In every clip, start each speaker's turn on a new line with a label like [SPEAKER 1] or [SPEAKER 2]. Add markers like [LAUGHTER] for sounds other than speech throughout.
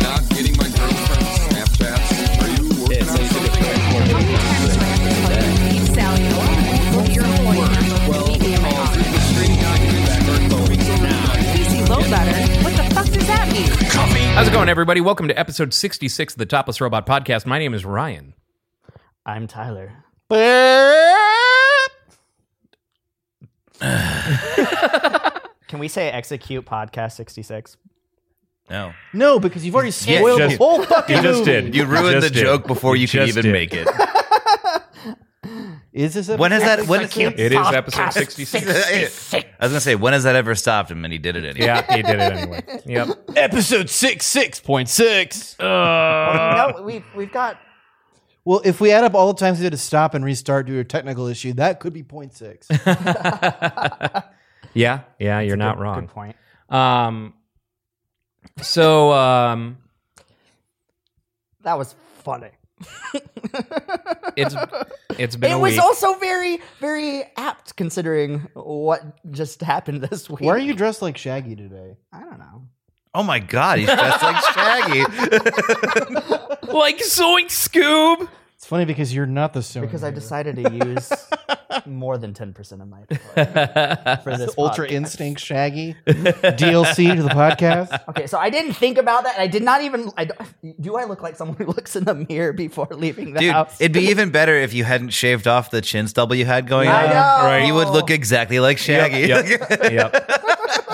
[SPEAKER 1] not getting my girlfriend's Snapchats. Are you working on something?
[SPEAKER 2] How's it going, everybody? Welcome to episode 66 of the Topless Robot Podcast. My name is Ryan.
[SPEAKER 3] I'm Tyler. [LAUGHS] Can we say execute podcast 66?
[SPEAKER 4] No.
[SPEAKER 3] No, because you've already spoiled
[SPEAKER 5] just-
[SPEAKER 3] the whole fucking
[SPEAKER 5] You just
[SPEAKER 3] movie.
[SPEAKER 5] did.
[SPEAKER 4] You ruined
[SPEAKER 5] Just
[SPEAKER 4] the
[SPEAKER 5] did.
[SPEAKER 4] joke before you, could
[SPEAKER 5] just
[SPEAKER 4] even
[SPEAKER 5] did.
[SPEAKER 4] make it.
[SPEAKER 3] Is this
[SPEAKER 4] When is that? When is it?
[SPEAKER 5] It is episode 66.
[SPEAKER 4] I was gonna say, when has that ever stopped him? And he did it
[SPEAKER 2] [LAUGHS]
[SPEAKER 4] anyway.
[SPEAKER 2] Yeah, he did it anyway. Yep.
[SPEAKER 5] Episode 66.6.
[SPEAKER 3] no? We've we've got
[SPEAKER 6] Well, if we add up all the times we had to stop and restart due to a technical issue, that could
[SPEAKER 2] [LAUGHS]
[SPEAKER 6] be 0.6.
[SPEAKER 2] Yeah, yeah, you're not
[SPEAKER 3] Good
[SPEAKER 2] wrong.
[SPEAKER 3] point.
[SPEAKER 2] Um, so, um,
[SPEAKER 3] That was funny.
[SPEAKER 2] it's it's been
[SPEAKER 3] it
[SPEAKER 2] a
[SPEAKER 3] was
[SPEAKER 2] week.
[SPEAKER 3] also very very apt considering what just happened this week.
[SPEAKER 6] Why are you dressed like Shaggy today?
[SPEAKER 3] I don't know.
[SPEAKER 4] Oh my god, he's dressed like [LAUGHS] Shaggy.
[SPEAKER 2] like Zoink Scoob.
[SPEAKER 6] It's funny because you're not the same.
[SPEAKER 3] Because I decided to [LAUGHS] use more than 10%
[SPEAKER 2] [LAUGHS]
[SPEAKER 3] of my power for this
[SPEAKER 6] Ultra
[SPEAKER 3] podcast.
[SPEAKER 6] Instinct Shaggy DLC to the
[SPEAKER 2] [LAUGHS]
[SPEAKER 6] podcast.
[SPEAKER 3] Okay, so I didn't think about that. I did not even. I don't, do I look like someone [LAUGHS] who looks in the mirror before leaving the
[SPEAKER 4] Dude,
[SPEAKER 3] house?
[SPEAKER 4] it'd be even better if you hadn't shaved off the chin stubble you had going
[SPEAKER 3] I
[SPEAKER 4] on.
[SPEAKER 3] know.
[SPEAKER 2] right.
[SPEAKER 4] You would look exactly like Shaggy. [LAUGHS]
[SPEAKER 2] Yep,
[SPEAKER 3] [LAUGHS]
[SPEAKER 2] yep.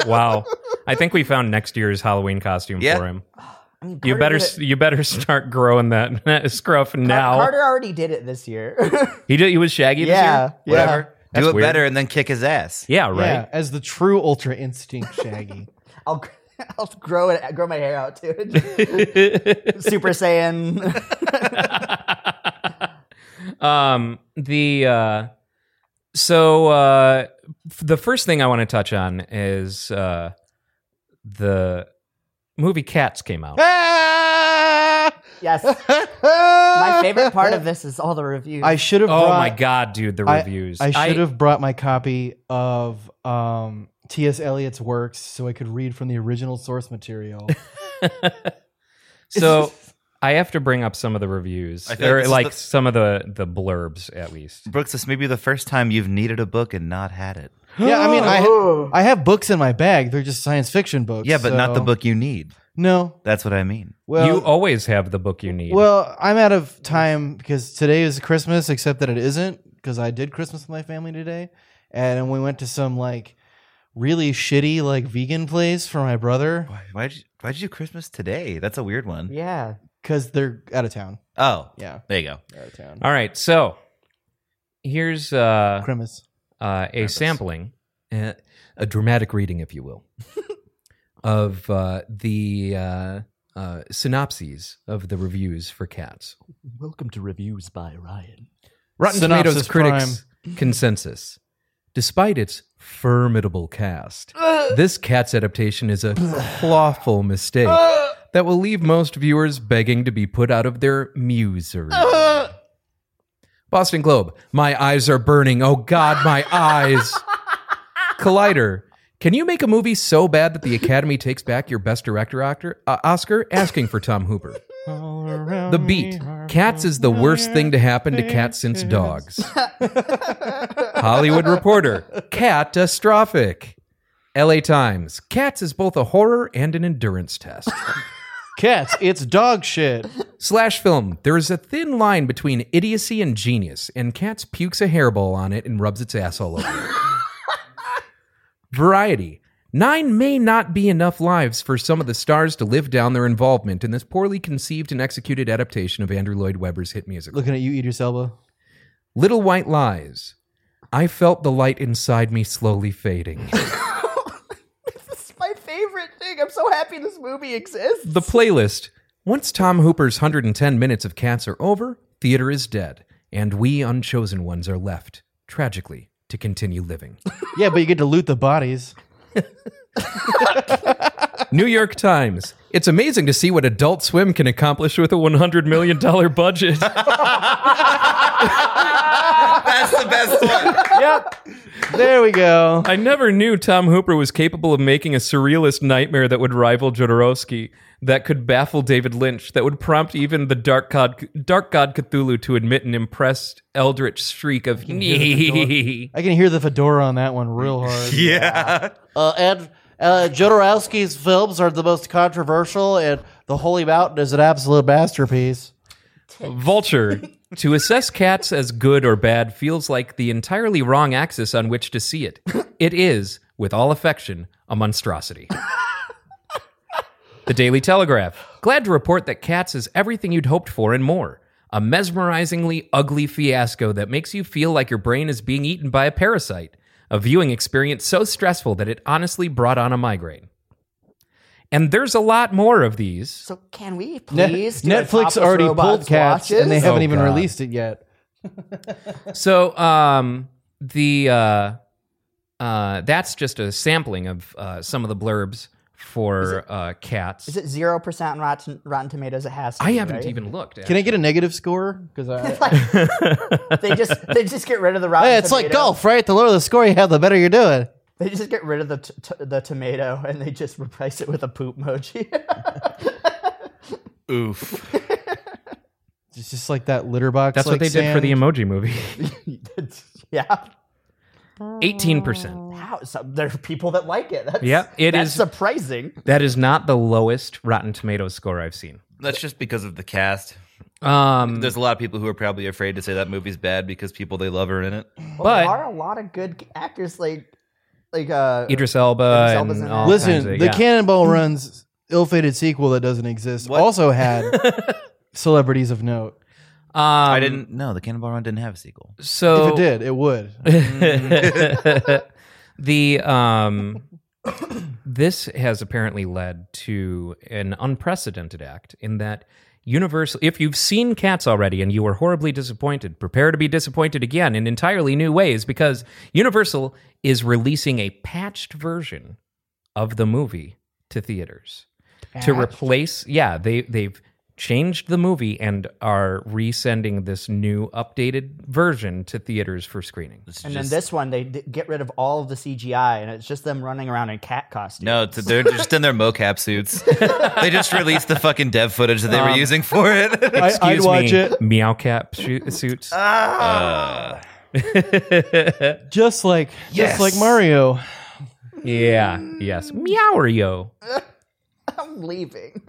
[SPEAKER 2] Wow. I think we found next year's Halloween costume
[SPEAKER 4] Yeah.
[SPEAKER 2] for him.
[SPEAKER 3] I mean,
[SPEAKER 2] You better
[SPEAKER 3] Carter did it-
[SPEAKER 2] you better start growing that [LAUGHS] scruff now.
[SPEAKER 3] Carter already did it this year. [LAUGHS]
[SPEAKER 2] He did. He was Shaggy. this
[SPEAKER 3] yeah,
[SPEAKER 2] year?
[SPEAKER 3] yeah.
[SPEAKER 4] Do
[SPEAKER 2] That's
[SPEAKER 4] it
[SPEAKER 2] weird.
[SPEAKER 4] better and then kick his ass.
[SPEAKER 2] Yeah. Right.
[SPEAKER 6] Yeah, as the true Ultra Instinct
[SPEAKER 2] [LAUGHS]
[SPEAKER 6] Shaggy.
[SPEAKER 3] I'll gr- [LAUGHS] I'll grow it. Grow my hair out too.
[SPEAKER 6] [LAUGHS]
[SPEAKER 3] Super Saiyan. [LAUGHS]
[SPEAKER 2] [LAUGHS] um the uh so uh f- the first thing i want to touch on is uh the movie cats came out
[SPEAKER 3] Yes. My favorite part of this is all the reviews. [LAUGHS]
[SPEAKER 6] I should have.
[SPEAKER 2] oh
[SPEAKER 6] brought,
[SPEAKER 2] my god dude the
[SPEAKER 6] I-
[SPEAKER 2] reviews
[SPEAKER 6] I should have brought my copy of um, T.S. Eliot's works so I could read from the original
[SPEAKER 2] [GASPS]
[SPEAKER 6] source material. [LAUGHS]
[SPEAKER 2] so i have to bring up some of the reviews
[SPEAKER 4] I feel like
[SPEAKER 2] or
[SPEAKER 4] this is
[SPEAKER 2] like
[SPEAKER 4] the-
[SPEAKER 2] some of the the blurbs at least
[SPEAKER 4] Brooks, this may be the first time you've needed a book and not had it.
[SPEAKER 6] yeah, I mean, I, I have books in my bag. They're just science fiction books.
[SPEAKER 4] Yeah, but not the
[SPEAKER 6] so-
[SPEAKER 4] book you need.
[SPEAKER 6] No.
[SPEAKER 4] That's what I mean.
[SPEAKER 6] Well,
[SPEAKER 2] you always have the book you need
[SPEAKER 6] Well, I'm out of time because today is Christmas, except that it isn't because I did Christmas with my family today, and we went to some like really shitty like vegan place for my brother
[SPEAKER 4] Why, why did you, why did you do Christmas today? That's a weird one.
[SPEAKER 3] yeah.
[SPEAKER 6] because they're out of town.
[SPEAKER 4] Oh,
[SPEAKER 6] Yeah,
[SPEAKER 4] there you go.
[SPEAKER 6] they're out of town.
[SPEAKER 2] all right so here's uh
[SPEAKER 6] Christmas.
[SPEAKER 2] uh, a sampling, uh, a dramatic reading, if you [LAUGHS] will, of uh, the uh, uh, synopses of the reviews for Cats.
[SPEAKER 3] Welcome to reviews by Ryan.
[SPEAKER 2] Rotten
[SPEAKER 6] Synopsis
[SPEAKER 2] Tomatoes critics consensus. Despite its formidable cast, this Cats adaptation is a clawful mistake that will leave most viewers begging to be put out of their musery. Boston Globe, my eyes are burning. Oh God, my eyes. Collider, can you make a movie so bad that the Academy takes back your Best Director actor, uh, Oscar, asking for Tom Hooper?
[SPEAKER 6] All around
[SPEAKER 2] The
[SPEAKER 6] me
[SPEAKER 2] Beat,
[SPEAKER 6] are
[SPEAKER 2] Cats is the worst thing to happen to cats since dogs. Hollywood Reporter, catastrophic. LA Times, Cats is both a horror and an endurance test.
[SPEAKER 6] cats. It's dog shit.
[SPEAKER 2] Slash film, there is a thin line between idiocy and genius, and Cats pukes a hairball on it and rubs its ass all over. it. Variety. Nine may not be enough lives for some of the stars to live down their involvement in this poorly conceived and executed adaptation of Andrew Lloyd Webber's hit musical.
[SPEAKER 6] Looking at you, Idris Elba.
[SPEAKER 2] Little White Lies. I felt the light inside me slowly fading.
[SPEAKER 3] This is my favorite thing. I'm so happy this movie exists.
[SPEAKER 2] the playlist. Once Tom Hooper's 110 minutes of cats are over, theater is dead, and we unchosen ones are left, tragically, to continue living.
[SPEAKER 6] Yeah, but you get to loot the bodies.
[SPEAKER 2] New York Times. It's amazing to see what Adult Swim can accomplish with a $100 million budget.
[SPEAKER 4] That's the best one.
[SPEAKER 6] There we go.
[SPEAKER 2] I never knew Tom Hooper was capable of making a surrealist nightmare that would rival Jodorowsky, that could baffle David Lynch, that would prompt even the dark god, dark god Cthulhu to admit an impressed eldritch shriek of [LAUGHS] "Nee."
[SPEAKER 6] I can hear the fedora on that one
[SPEAKER 2] [LAUGHS]
[SPEAKER 6] real hard.
[SPEAKER 4] Yeah.
[SPEAKER 6] Uh, and uh, Jodorowsky's films are the most controversial, and The Holy Mountain is an absolute [LAUGHS] masterpiece.
[SPEAKER 2] Vulture. To assess cats as good or bad feels like the entirely wrong axis on which to see it. It is, with all affection, a monstrosity. The Daily Telegraph. Glad to report that Cats is everything you'd hoped for and more. A mesmerizingly ugly fiasco that makes you feel like your brain is being eaten by a parasite. A viewing experience so stressful that it honestly brought on a migraine. And there's a lot more of these.
[SPEAKER 3] So can we
[SPEAKER 6] Ne-
[SPEAKER 3] please? do a
[SPEAKER 6] Netflix
[SPEAKER 3] topless
[SPEAKER 6] already
[SPEAKER 3] robots
[SPEAKER 6] pulled cats,
[SPEAKER 3] watches?
[SPEAKER 6] and they haven't even
[SPEAKER 2] Oh, God.
[SPEAKER 6] released it yet.
[SPEAKER 2] So, um, the uh, uh, that's just a sampling of uh, some of the blurbs for uh, Cats.
[SPEAKER 3] Is it zero percent on Rotten, Rotten Tomatoes? It has. To
[SPEAKER 2] I
[SPEAKER 3] be,
[SPEAKER 2] haven't
[SPEAKER 3] right?
[SPEAKER 2] even looked.
[SPEAKER 6] Can I get a negative score?
[SPEAKER 3] [LAUGHS]
[SPEAKER 6] Because I.
[SPEAKER 2] [LAUGHS]
[SPEAKER 3] They just they just get rid of the
[SPEAKER 2] Oh,
[SPEAKER 3] Rotten.
[SPEAKER 6] Hey, it's like
[SPEAKER 3] Tomato.
[SPEAKER 6] golf, right? The lower the score you have, the better you're doing.
[SPEAKER 3] They just get rid of the t- t- the tomato and they just replace it with a poop emoji. [LAUGHS]
[SPEAKER 7] Oof.
[SPEAKER 6] It's just like that litter box.
[SPEAKER 2] That's
[SPEAKER 6] like
[SPEAKER 2] what they did for the
[SPEAKER 6] sand.
[SPEAKER 2] emoji movie. [LAUGHS]
[SPEAKER 3] yeah,
[SPEAKER 2] 18%.
[SPEAKER 3] how so there are people that like it. That's,
[SPEAKER 2] Yeah, it
[SPEAKER 3] that's
[SPEAKER 2] is-
[SPEAKER 3] surprising.
[SPEAKER 2] That is not the lowest Rotten Tomatoes score I've seen.
[SPEAKER 4] [LAUGHS] That's just because of the cast.
[SPEAKER 2] Um,
[SPEAKER 4] There's a lot of people who are probably afraid to say that movie's bad because people they love are in it.
[SPEAKER 3] Well,
[SPEAKER 2] But-
[SPEAKER 3] there are a lot of good actors like like uh
[SPEAKER 2] Idris Elba
[SPEAKER 3] Idris Elba's
[SPEAKER 2] and
[SPEAKER 3] in
[SPEAKER 2] all
[SPEAKER 3] it.
[SPEAKER 2] kinds
[SPEAKER 6] Listen,
[SPEAKER 2] of-
[SPEAKER 6] the
[SPEAKER 2] yeah.
[SPEAKER 6] Cannonball Run's ill-fated sequel that doesn't exist
[SPEAKER 4] What?
[SPEAKER 2] [LAUGHS]
[SPEAKER 6] also had celebrities of note.
[SPEAKER 2] Um,
[SPEAKER 4] I didn't. No, the Cannonball Run didn't have a sequel.
[SPEAKER 2] So
[SPEAKER 6] If it did, it would.
[SPEAKER 2] Mm-hmm. [LAUGHS] the um, this has apparently led to an unprecedented act in that universal. If you've seen Cats already and you were horribly disappointed, prepare to be disappointed again in entirely new ways because Universal is releasing a patched version of the movie to theaters to replace. Yeah, they they've changed the movie and are resending this new updated version to theaters for screening.
[SPEAKER 4] It's
[SPEAKER 3] and
[SPEAKER 4] just-
[SPEAKER 3] then this one they d- get rid of all of the CGI and it's just them running around in cat costumes.
[SPEAKER 4] No, it's, [LAUGHS] they're just in their mocap [LAUGHS] suits. they just released the fucking dev footage that they were using for it. [LAUGHS]
[SPEAKER 6] I, I'd watch
[SPEAKER 2] me,
[SPEAKER 6] it
[SPEAKER 2] Meow cap shoot, suits.
[SPEAKER 4] Uh,
[SPEAKER 6] just like
[SPEAKER 4] Yes.
[SPEAKER 6] just like Mario.
[SPEAKER 2] yeah. Yes. Meowario.
[SPEAKER 3] I'm leaving. [LAUGHS]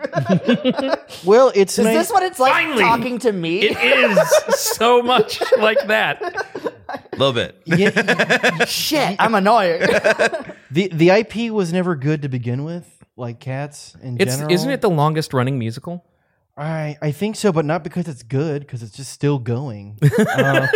[SPEAKER 6] Well, it's
[SPEAKER 3] Is
[SPEAKER 6] nice-
[SPEAKER 3] this what it's like talking to me?
[SPEAKER 2] It is so much like that.
[SPEAKER 4] A little bit.
[SPEAKER 3] [LAUGHS] Shit, I'm annoying. [LAUGHS]
[SPEAKER 6] [LAUGHS] the the IP was never good to begin with, like cats in
[SPEAKER 2] It's
[SPEAKER 6] general.
[SPEAKER 2] isn't it the longest running musical?
[SPEAKER 6] I I think so, but not because it's good, because it's just still
[SPEAKER 2] [LAUGHS]
[SPEAKER 6] going. Uh,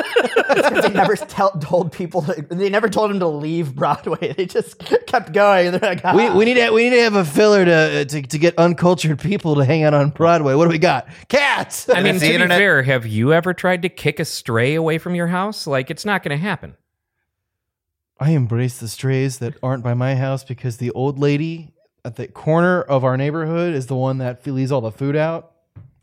[SPEAKER 3] they never tell, told people. To, they never told him to leave Broadway. They just kept going. They're like,
[SPEAKER 6] we,
[SPEAKER 3] "Ah."
[SPEAKER 6] we need to we need to have a filler to, uh, to to get uncultured people to hang out on Broadway. What do we got? Cats.
[SPEAKER 2] I mean,
[SPEAKER 4] it's
[SPEAKER 2] to
[SPEAKER 4] the
[SPEAKER 2] be
[SPEAKER 4] internet-
[SPEAKER 2] fair, have you ever tried to kick a stray away from your house? Like, it's not going to happen.
[SPEAKER 6] [LAUGHS] I embrace the strays that aren't by my house because the old lady at the corner of our neighborhood is the one that leaves all the food out.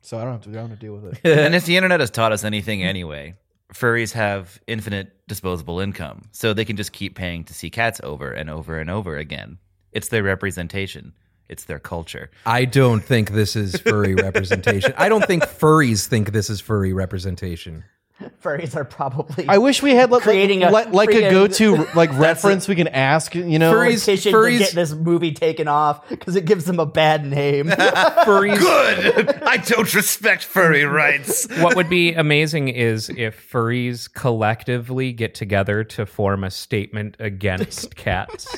[SPEAKER 6] So I don't have to, I don't have to deal with it.
[SPEAKER 4] and if the internet has taught us anything anyway, furries have infinite disposable income, so they can just keep paying to see cats over and over and over again. It's their representation. It's their culture.
[SPEAKER 2] I don't think this is furry representation. I don't think furries think this is furry representation.
[SPEAKER 3] "Ah, furries are probably.
[SPEAKER 6] I wish we had like,
[SPEAKER 3] Creating a-
[SPEAKER 6] like, like a
[SPEAKER 3] creating-
[SPEAKER 6] go to like reference we can ask. You know,
[SPEAKER 2] Furries-
[SPEAKER 3] petition
[SPEAKER 2] furries-
[SPEAKER 3] to get this movie taken off because it gives them a bad name. [LAUGHS] I
[SPEAKER 2] Furries
[SPEAKER 4] Good. [LAUGHS] I don't respect furry rights.
[SPEAKER 2] what would be amazing is if furries collectively get together to form a statement against cats.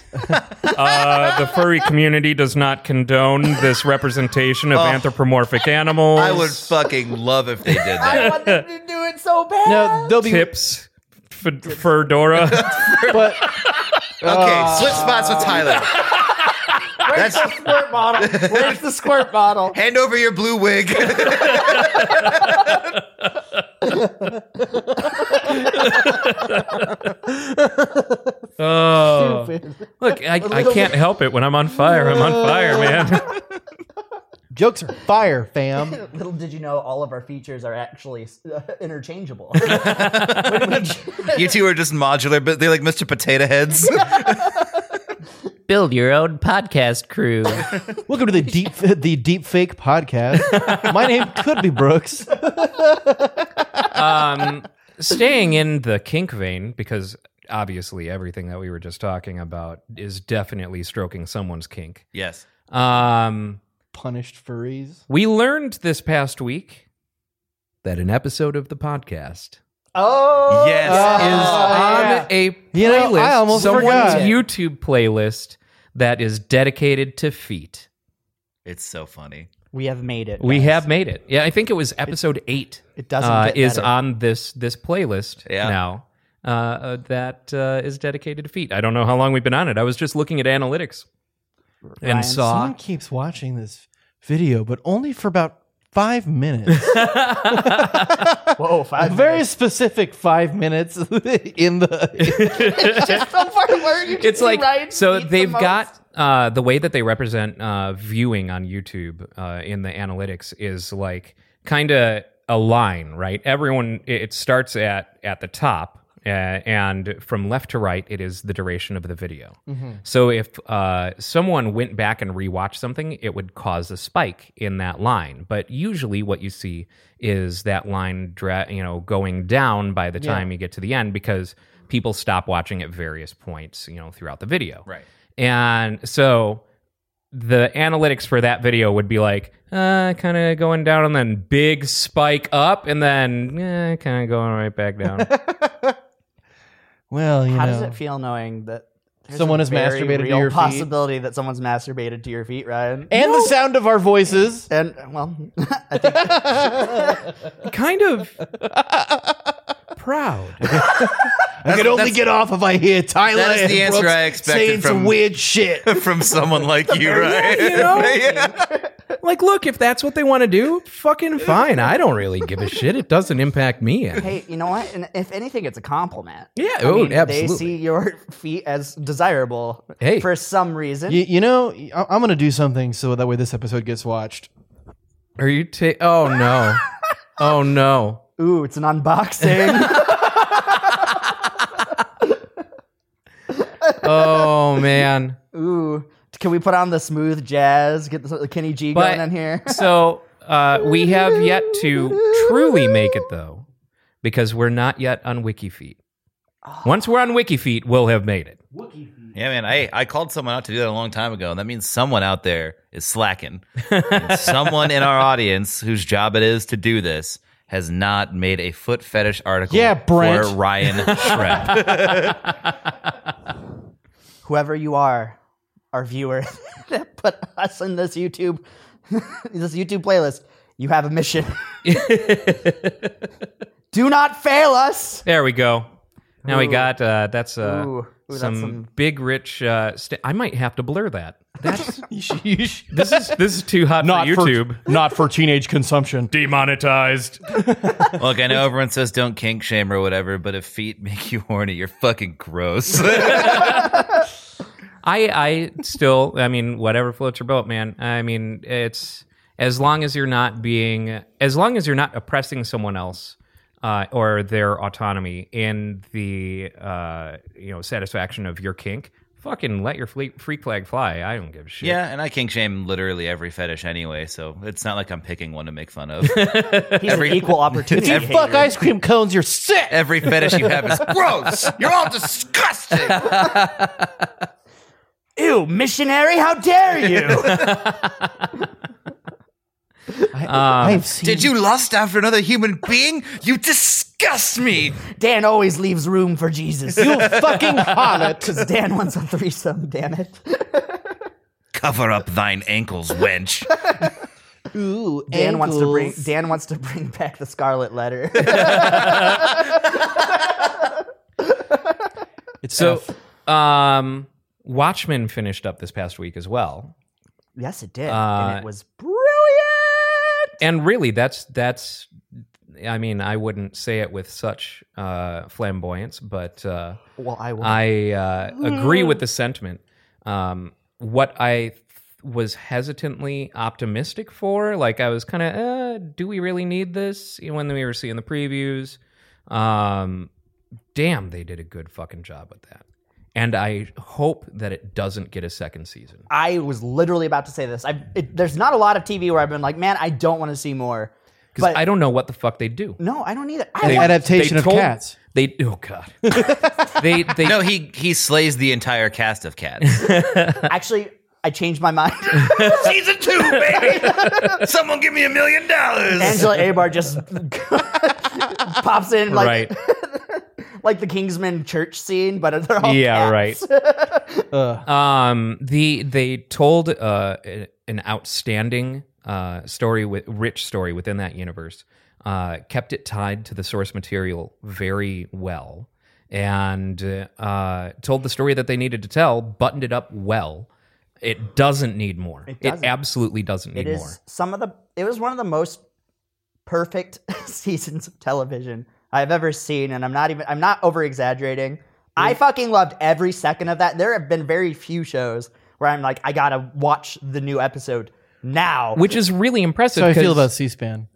[SPEAKER 2] uh, the furry community does not condone this representation of anthropomorphic animals.
[SPEAKER 4] I would fucking love if they did that.
[SPEAKER 3] want them to do it so bad.
[SPEAKER 6] no, they'll be
[SPEAKER 2] tips. F- fedora.
[SPEAKER 6] [LAUGHS] but
[SPEAKER 4] Okay, switch spots with Tyler.
[SPEAKER 3] Where's the squirt bottle? Where's the squirt bottle?
[SPEAKER 4] Hand over your blue wig.
[SPEAKER 2] Oh,
[SPEAKER 3] Stupid.
[SPEAKER 2] look, I, I can't help it. When I'm on fire, I'm on fire, man.
[SPEAKER 6] Jokes are fire, fam.
[SPEAKER 3] Little did you know, all of our features are actually uh, interchangeable.
[SPEAKER 4] [LAUGHS] you two are just modular, but they're like Mr. Potato Heads.
[SPEAKER 8] Build your own podcast crew.
[SPEAKER 6] Welcome to the deep [LAUGHS] the deep fake podcast. My name could be Brooks.
[SPEAKER 2] Um, staying in the kink vein because obviously everything that we were just talking about is definitely stroking someone's kink.
[SPEAKER 4] yes.
[SPEAKER 2] Um,
[SPEAKER 6] Punished furries.
[SPEAKER 2] we learned this past week that an episode of the podcast
[SPEAKER 3] [LAUGHS] oh,
[SPEAKER 4] Yes.
[SPEAKER 6] Uh,
[SPEAKER 2] is on
[SPEAKER 3] yeah.
[SPEAKER 2] a playlist,
[SPEAKER 6] You know, I almost
[SPEAKER 2] someone's
[SPEAKER 6] forgot.
[SPEAKER 2] YouTube playlist that is dedicated to feet.
[SPEAKER 4] It's so funny.
[SPEAKER 3] we have made it.
[SPEAKER 2] We
[SPEAKER 3] guys.
[SPEAKER 2] have made it. Yeah, I think it was episode eight.
[SPEAKER 3] It doesn't
[SPEAKER 2] uh,
[SPEAKER 3] get
[SPEAKER 2] is
[SPEAKER 3] better.
[SPEAKER 2] on this this playlist
[SPEAKER 4] Yeah.
[SPEAKER 2] now. Uh, uh, that uh, is dedicated to feet. I don't know how long we've been on it. I was just looking at analytics and
[SPEAKER 3] Ryan,
[SPEAKER 2] saw.
[SPEAKER 6] Someone keeps watching this video, but only for about five minutes.
[SPEAKER 3] Whoa, five.
[SPEAKER 6] Very
[SPEAKER 3] minutes.
[SPEAKER 6] specific five minutes [LAUGHS] in the
[SPEAKER 3] Just so far where you can
[SPEAKER 2] It's
[SPEAKER 3] see
[SPEAKER 2] like
[SPEAKER 3] Ryan's
[SPEAKER 2] so
[SPEAKER 3] feet the
[SPEAKER 2] they've
[SPEAKER 3] most.
[SPEAKER 2] got uh, the way that they represent uh, viewing on YouTube uh, in the analytics is like kind of a line, right? Everyone it it starts at at the top. Uh, and from left to right, it is the duration of the video. So if uh, someone went back and rewatched something, it would cause a spike in that line. But usually, what you see is that line, dra- you know, going down by the time you get to the end because people stop watching at various points, you know, throughout the video.
[SPEAKER 4] Right.
[SPEAKER 2] And so the analytics for that video would be like, uh, kind of going down and then big spike up and then eh, kind of going right back
[SPEAKER 4] [LAUGHS]
[SPEAKER 2] down.
[SPEAKER 6] Well, you
[SPEAKER 3] How
[SPEAKER 6] know.
[SPEAKER 3] does it feel knowing that there's
[SPEAKER 6] Someone
[SPEAKER 3] a
[SPEAKER 6] has
[SPEAKER 3] very
[SPEAKER 6] masturbated to
[SPEAKER 3] real
[SPEAKER 6] your feet?
[SPEAKER 3] possibility that someone's masturbated to your feet, Ryan?
[SPEAKER 6] And the sound of our voices.
[SPEAKER 3] [LAUGHS] And well, [LAUGHS] I think
[SPEAKER 2] kind
[SPEAKER 4] [LAUGHS]
[SPEAKER 2] of proud.
[SPEAKER 6] I can only get off if I hear Tyler.
[SPEAKER 4] that is the
[SPEAKER 6] and
[SPEAKER 4] answer
[SPEAKER 6] Brooks
[SPEAKER 4] I expected
[SPEAKER 6] saying some
[SPEAKER 4] from-
[SPEAKER 6] weird shit.
[SPEAKER 4] From someone like you, right?
[SPEAKER 2] you know?
[SPEAKER 4] [LAUGHS] Yeah.
[SPEAKER 2] Like, look, if that's what they want to do, fucking
[SPEAKER 3] [LAUGHS]
[SPEAKER 2] fine. I don't really give a shit. It doesn't impact me.
[SPEAKER 3] hey, you know what? And if anything, it's a compliment.
[SPEAKER 2] Yeah,
[SPEAKER 3] I
[SPEAKER 2] oh,
[SPEAKER 3] mean, They
[SPEAKER 2] absolutely.
[SPEAKER 3] see your feet as desirable.
[SPEAKER 2] Hey.
[SPEAKER 3] for some reason.
[SPEAKER 6] You, you know, I- I'm gonna do something so that way this episode gets watched.
[SPEAKER 2] Are you ta- Oh
[SPEAKER 3] [LAUGHS]
[SPEAKER 2] no. Oh no.
[SPEAKER 3] Ooh, it's an
[SPEAKER 6] [LAUGHS]
[SPEAKER 3] unboxing.
[SPEAKER 2] Oh man.
[SPEAKER 3] Ooh, can we put on the smooth jazz? Get the, the Kenny G
[SPEAKER 2] But-
[SPEAKER 3] going in here.
[SPEAKER 2] [LAUGHS]
[SPEAKER 3] [LAUGHS]
[SPEAKER 2] So uh, we have yet to truly make it though, because we're not yet on WikiFeet.
[SPEAKER 3] Oh.
[SPEAKER 2] Once we're on WikiFeet, we'll have made it.
[SPEAKER 4] Yeah, man. I, I called someone out to do that a long time ago, and that means someone out there is
[SPEAKER 3] [LAUGHS]
[SPEAKER 4] slacking. And someone in our audience whose job it is to do this has not made a foot fetish article
[SPEAKER 6] Yeah, Brent.
[SPEAKER 4] for
[SPEAKER 3] [LAUGHS]
[SPEAKER 4] Ryan Shrek.
[SPEAKER 3] Whoever you are, our viewer [LAUGHS] that put us in this YouTube [LAUGHS] this YouTube playlist, you have a mission. Do not fail us.
[SPEAKER 2] There we go. Now we got uh, that's uh,
[SPEAKER 3] Ooh. Ooh, that's
[SPEAKER 2] some,
[SPEAKER 3] some-
[SPEAKER 2] big rich. Uh, st- I might have to blur that.
[SPEAKER 5] [LAUGHS]
[SPEAKER 2] That's this is this is too hot for YouTube.
[SPEAKER 5] not for teenage consumption.
[SPEAKER 2] Demonetized.
[SPEAKER 4] Look, I know everyone says don't kink shame or whatever, but if feet make you horny, you're fucking
[SPEAKER 3] [LAUGHS]
[SPEAKER 4] gross.
[SPEAKER 2] I I still. I mean, whatever floats your boat, man. I mean, it's as long as you're not being, as long as you're not oppressing someone else. Uh, or their autonomy in the uh, you know satisfaction of your kink, fucking let your fle- freak flag fly. I don't give a shit.
[SPEAKER 4] Yeah, and I kink shame literally every fetish anyway, so it's not like I'm picking one to make fun of.
[SPEAKER 3] [LAUGHS] He's an equal opportunity.
[SPEAKER 4] It's
[SPEAKER 3] hater.
[SPEAKER 6] Fuck ice cream cones, you're sick.
[SPEAKER 4] every fetish you have is gross. You're all disgusting.
[SPEAKER 3] Ew, missionary, how dare you?
[SPEAKER 6] I, have seen.
[SPEAKER 4] Did you lust after another human being? You disgust me.
[SPEAKER 3] Dan always leaves room for Jesus. You
[SPEAKER 6] fucking harlot?
[SPEAKER 3] Because Dan wants a threesome, damn it.
[SPEAKER 4] Cover up thine ankles, wench.
[SPEAKER 6] Ooh,
[SPEAKER 3] Dan wants to bring
[SPEAKER 6] ankles.
[SPEAKER 3] Dan wants to bring back the Scarlet Letter.
[SPEAKER 6] It's
[SPEAKER 2] So,
[SPEAKER 6] so.
[SPEAKER 2] um, Watchmen finished up this past week as well,
[SPEAKER 3] yes, it did,
[SPEAKER 2] Uh,
[SPEAKER 3] and it was brilliant.
[SPEAKER 2] and really, that's that's I mean, I wouldn't say it with such uh, flamboyance, but uh,
[SPEAKER 3] Well, I will.
[SPEAKER 2] I uh, agree with the sentiment. Um, what I th- was hesitantly optimistic for, like I was kind of, uh, do we really need this? You know, when we were seeing the previews, um, damn, they did a good fucking job with that. And I hope that it doesn't get a second season.
[SPEAKER 3] I was literally about to say this. I it, there's not a lot of TV where I've been like, man, I don't want to see more.
[SPEAKER 2] Because
[SPEAKER 3] But-
[SPEAKER 2] I don't know what the fuck they do.
[SPEAKER 3] No, I don't either. I
[SPEAKER 6] An
[SPEAKER 3] want-
[SPEAKER 6] adaptation
[SPEAKER 2] they
[SPEAKER 6] of
[SPEAKER 2] told-
[SPEAKER 6] cats.
[SPEAKER 2] They oh god. [LAUGHS] they they
[SPEAKER 4] No, he he slays the entire cast of cats.
[SPEAKER 3] actually I changed
[SPEAKER 2] [LAUGHS]
[SPEAKER 3] my mind. [LAUGHS]
[SPEAKER 4] Season two, baby. Someone give me a million dollars.
[SPEAKER 3] Angela Abar just [LAUGHS] pops in like
[SPEAKER 2] right.
[SPEAKER 3] like the Kingsman church scene, but they're [LAUGHS] all
[SPEAKER 2] Yeah,
[SPEAKER 3] cats. [LAUGHS]
[SPEAKER 2] Um, the they told uh, a- an outstanding uh, story with rich story within that universe. Uh, kept it tied to the source material very well, and uh, told the story that they needed to tell. Buttoned it up well. It doesn't need more. It,
[SPEAKER 3] doesn't.
[SPEAKER 2] absolutely doesn't need
[SPEAKER 3] It is
[SPEAKER 2] more.
[SPEAKER 3] some of the. It was one of the most perfect [LAUGHS] seasons of television I've ever seen, and I'm not even. I'm not over exaggerating. I fucking loved every second of that. There have been very few shows where I'm like, I gotta watch the new episode now.
[SPEAKER 2] Which is really impressive.
[SPEAKER 6] So I feel
[SPEAKER 2] 'cause-
[SPEAKER 6] about C-SPAN.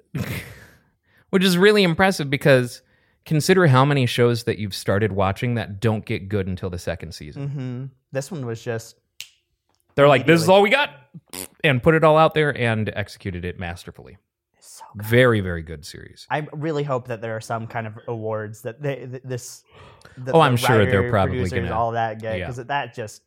[SPEAKER 2] which is really impressive because consider how many shows that you've started watching that don't get good until the second season.
[SPEAKER 3] Mm-hmm. this one was just.
[SPEAKER 2] They're like, this is all we got, and put it all out there and executed it masterfully. Very, very good series.
[SPEAKER 3] I really hope that there are some kind of awards that they th- this. The,
[SPEAKER 2] Oh, I'm sure they're probably
[SPEAKER 3] producers,
[SPEAKER 2] gonna-
[SPEAKER 3] all that gay
[SPEAKER 2] yeah.
[SPEAKER 3] because that just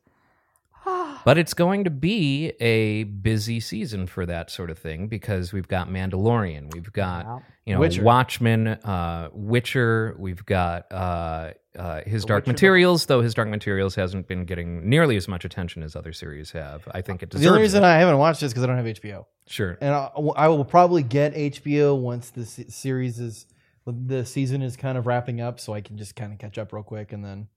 [SPEAKER 2] But it's going to be a busy season for that sort of thing because we've got Mandalorian, we've got
[SPEAKER 3] Wow.
[SPEAKER 2] you know
[SPEAKER 6] Witcher.
[SPEAKER 2] Watchmen, uh, Witcher, we've got uh, uh, His Dark
[SPEAKER 3] Witcher-
[SPEAKER 2] Materials. Though His Dark Materials hasn't been getting nearly as much attention as other series have. I think it deserves.
[SPEAKER 6] The only reason
[SPEAKER 2] it.
[SPEAKER 6] I haven't watched this because I don't have HBO.
[SPEAKER 2] sure,
[SPEAKER 6] and I, I will probably get HBO once the se- series is the season is kind of wrapping up, so I can just kind of catch up real quick and then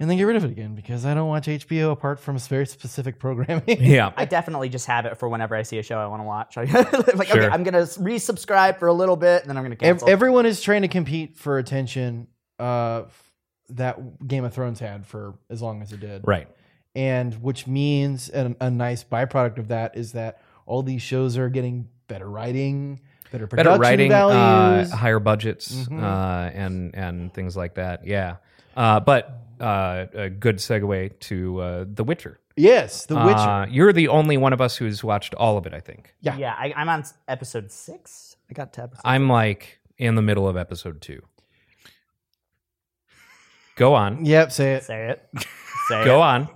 [SPEAKER 6] and then get rid of it again because I don't watch HBO apart from very specific programming. [LAUGHS]
[SPEAKER 2] yeah.
[SPEAKER 3] I definitely just have it for whenever I see a show I want to watch. [LAUGHS] like, okay,
[SPEAKER 2] Sure.
[SPEAKER 3] I'm gonna resubscribe for a little bit, and then I'm gonna
[SPEAKER 6] Ev-
[SPEAKER 3] cancel.
[SPEAKER 6] everyone is trying to compete for attention uh, f- that Game of Thrones had for as long as it did,
[SPEAKER 2] Right.
[SPEAKER 6] and which means an, a nice byproduct of that is that all these shows are getting better writing, better production
[SPEAKER 2] Better writing, uh,
[SPEAKER 6] values.
[SPEAKER 2] higher budgets,
[SPEAKER 6] Mhm.
[SPEAKER 2] uh, and and things like that. Yeah. Uh, but uh, a good segue to uh, The Witcher.
[SPEAKER 6] yes, The Witcher.
[SPEAKER 2] Uh, you're the only one of us who's watched all of it. I think
[SPEAKER 6] yeah.
[SPEAKER 3] yeah, I, I'm on s- episode six. I got to episode.
[SPEAKER 2] I'm like in the middle of episode two. Go on.
[SPEAKER 6] Yep, say
[SPEAKER 3] [LAUGHS]
[SPEAKER 6] it.
[SPEAKER 3] Say it. Say
[SPEAKER 2] Go
[SPEAKER 3] it.
[SPEAKER 2] on.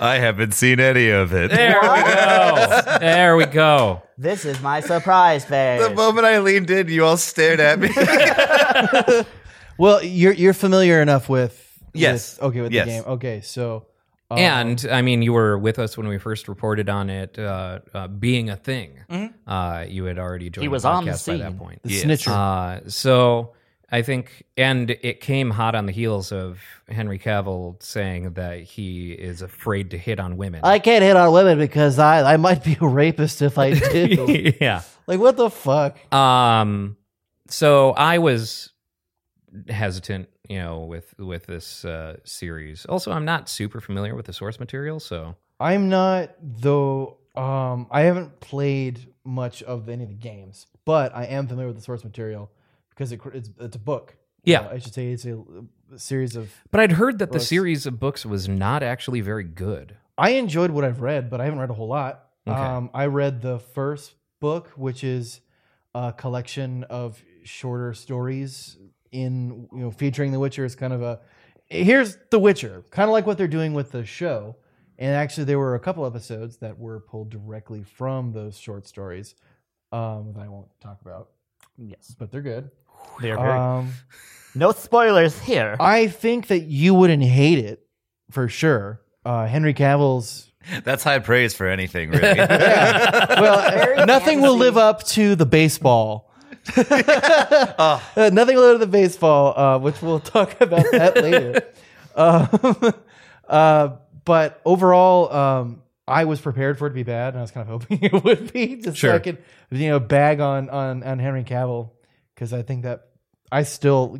[SPEAKER 4] I haven't seen any of it.
[SPEAKER 2] There we
[SPEAKER 6] [LAUGHS]
[SPEAKER 2] go. There we go.
[SPEAKER 3] This is my surprise phase.
[SPEAKER 4] The moment I leaned in, you all stared at me.
[SPEAKER 6] Well, you're you're familiar enough with
[SPEAKER 4] Yes.
[SPEAKER 6] with- okay, with
[SPEAKER 4] Yes.
[SPEAKER 6] the game. Okay, so uh,
[SPEAKER 2] And I mean, you were with us when we first reported on it uh, uh, being a thing.
[SPEAKER 6] Mm-hmm.
[SPEAKER 2] Uh, you had already joined.
[SPEAKER 3] was
[SPEAKER 2] the
[SPEAKER 3] on
[SPEAKER 2] podcast
[SPEAKER 3] the
[SPEAKER 2] by
[SPEAKER 3] scene.
[SPEAKER 2] that point.
[SPEAKER 6] the
[SPEAKER 4] Yes.
[SPEAKER 6] snitcher.
[SPEAKER 2] Uh, so I think, and it came hot on the heels of Henry Cavill saying that he is afraid to hit on women. [LAUGHS]
[SPEAKER 6] I can't hit on women because I I might be a rapist if I
[SPEAKER 2] [LAUGHS]
[SPEAKER 6] do.
[SPEAKER 2] yeah.
[SPEAKER 6] like what the fuck?
[SPEAKER 2] Um. So I was hesitant, you know, with with this uh, series. Also, I'm not super familiar with the source material, so
[SPEAKER 6] I'm not though. Um, I haven't played much of any of the games, but I am familiar with the source material because it, cr- it's it's a book.
[SPEAKER 2] Yeah.
[SPEAKER 6] Well, I should say it's a, a series of.
[SPEAKER 2] But I'd heard that the
[SPEAKER 6] Books.
[SPEAKER 2] series of books was not actually very good.
[SPEAKER 6] I enjoyed what I've read, but I haven't read a whole lot.
[SPEAKER 2] Okay.
[SPEAKER 6] Um, I read the first book, which is a collection of shorter stories in you know featuring The Witcher. Is kind of a here's The Witcher, kind of like what they're doing with the show. And actually, there were a couple episodes that were pulled directly from those short stories um, that I won't talk about,
[SPEAKER 3] yes,
[SPEAKER 6] but they're good.
[SPEAKER 3] they're very-
[SPEAKER 6] Um,
[SPEAKER 3] no spoilers here.
[SPEAKER 6] I think that you wouldn't hate it for sure. Uh, Henry Cavill's
[SPEAKER 4] [LAUGHS] That's high praise for anything, [LAUGHS] really.
[SPEAKER 6] well, uh, nothing will live up to the
[SPEAKER 2] [LAUGHS]
[SPEAKER 6] baseball. [LAUGHS] Uh, nothing will live up to the baseball, uh, which we'll talk about
[SPEAKER 2] [LAUGHS]
[SPEAKER 6] that later. Um, [LAUGHS] uh, but overall, um, I was prepared for it to be [LAUGHS] bad, and I was kind of hoping it would be just so I
[SPEAKER 2] Sure.
[SPEAKER 6] could, you know, bag on on on Henry Cavill because I think that I still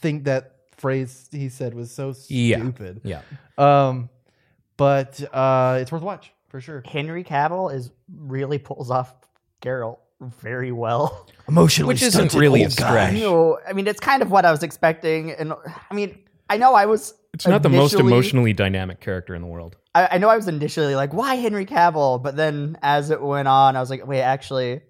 [SPEAKER 6] think that phrase he said was so
[SPEAKER 2] Yeah.
[SPEAKER 6] stupid.
[SPEAKER 2] Yeah.
[SPEAKER 6] Um, but uh, it's worth a watch for sure.
[SPEAKER 3] Henry Cavill is really pulls off Geralt very well.
[SPEAKER 6] Emotionally,
[SPEAKER 2] Which isn't really
[SPEAKER 5] Oh,
[SPEAKER 2] a stretch.
[SPEAKER 3] No, I mean it's kind of what I was expecting, and I mean I know I was.
[SPEAKER 2] It's not the most
[SPEAKER 3] initially-
[SPEAKER 2] emotionally dynamic character in the world.
[SPEAKER 3] I, I know I was initially like, why Henry Cavill? But then as it went on, I was like, wait, actually,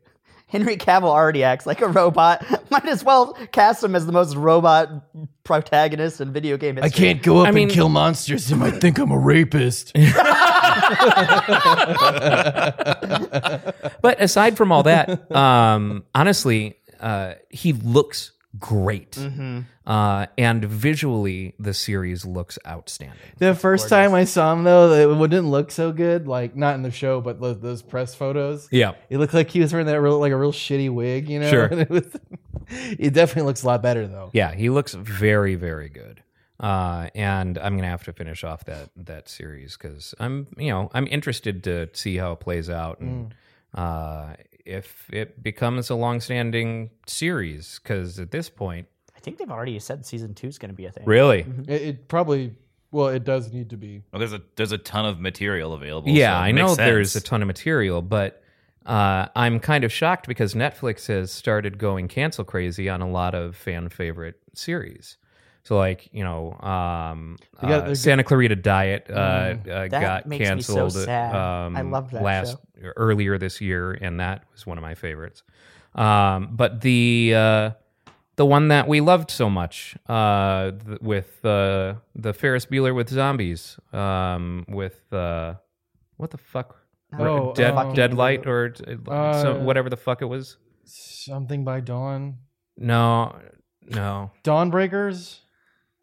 [SPEAKER 3] Henry Cavill already acts like a robot. [LAUGHS] Might as well cast him as the most robot protagonist in video game
[SPEAKER 5] I
[SPEAKER 3] history.
[SPEAKER 5] can't go up
[SPEAKER 2] I mean-
[SPEAKER 5] and kill monsters. They might think I'm a
[SPEAKER 6] [LAUGHS]
[SPEAKER 5] rapist.
[SPEAKER 2] But aside from all that, [LAUGHS] um, honestly, uh, he looks great.
[SPEAKER 3] Mm-hmm.
[SPEAKER 2] Uh, and visually, the series looks outstanding.
[SPEAKER 6] The first time I saw him though, it didn't look so good. Like not in the show, but tho- those press photos.
[SPEAKER 2] Yeah.
[SPEAKER 6] It looked like he was wearing that real, like a real shitty wig, you know.
[SPEAKER 2] Sure.
[SPEAKER 6] And [LAUGHS] it, was, it definitely looks a lot better though.
[SPEAKER 2] Yeah, he looks very, very good. Uh, and I'm gonna have to finish off that that series because I'm, you know, I'm interested to see how it plays out and
[SPEAKER 3] Mm.
[SPEAKER 2] uh, if it becomes a long-standing series. Because at this point,
[SPEAKER 3] I think they've already said season two is going to be a thing. Mm-hmm.
[SPEAKER 2] really,
[SPEAKER 6] It, it probably, well, it does need to be.
[SPEAKER 4] Well, there's a there's a ton of material available.
[SPEAKER 2] yeah,
[SPEAKER 4] so it
[SPEAKER 2] I
[SPEAKER 4] makes
[SPEAKER 2] know there's a
[SPEAKER 4] sense.
[SPEAKER 2] ton of material, but uh, I'm kind of shocked because Netflix has started going cancel crazy on a lot of fan favorite series. So like you know, um,
[SPEAKER 6] They got-
[SPEAKER 2] uh,
[SPEAKER 6] they're-
[SPEAKER 2] Santa Clarita Diet uh, uh,
[SPEAKER 3] Mm, That
[SPEAKER 2] got
[SPEAKER 3] makes me so
[SPEAKER 2] canceled. um,
[SPEAKER 3] sad. I love that
[SPEAKER 2] last earlier this year, and that was one of my favorites. Um, but the uh, the one that we loved so much uh, th- with uh, the Ferris Bueller with zombies, um, with uh, what the fuck,
[SPEAKER 6] Oh,
[SPEAKER 2] dead
[SPEAKER 6] uh,
[SPEAKER 2] deadlight or uh, so,
[SPEAKER 6] uh,
[SPEAKER 2] whatever the fuck it was.
[SPEAKER 6] Something by dawn,
[SPEAKER 2] No, no,
[SPEAKER 6] dawnbreakers,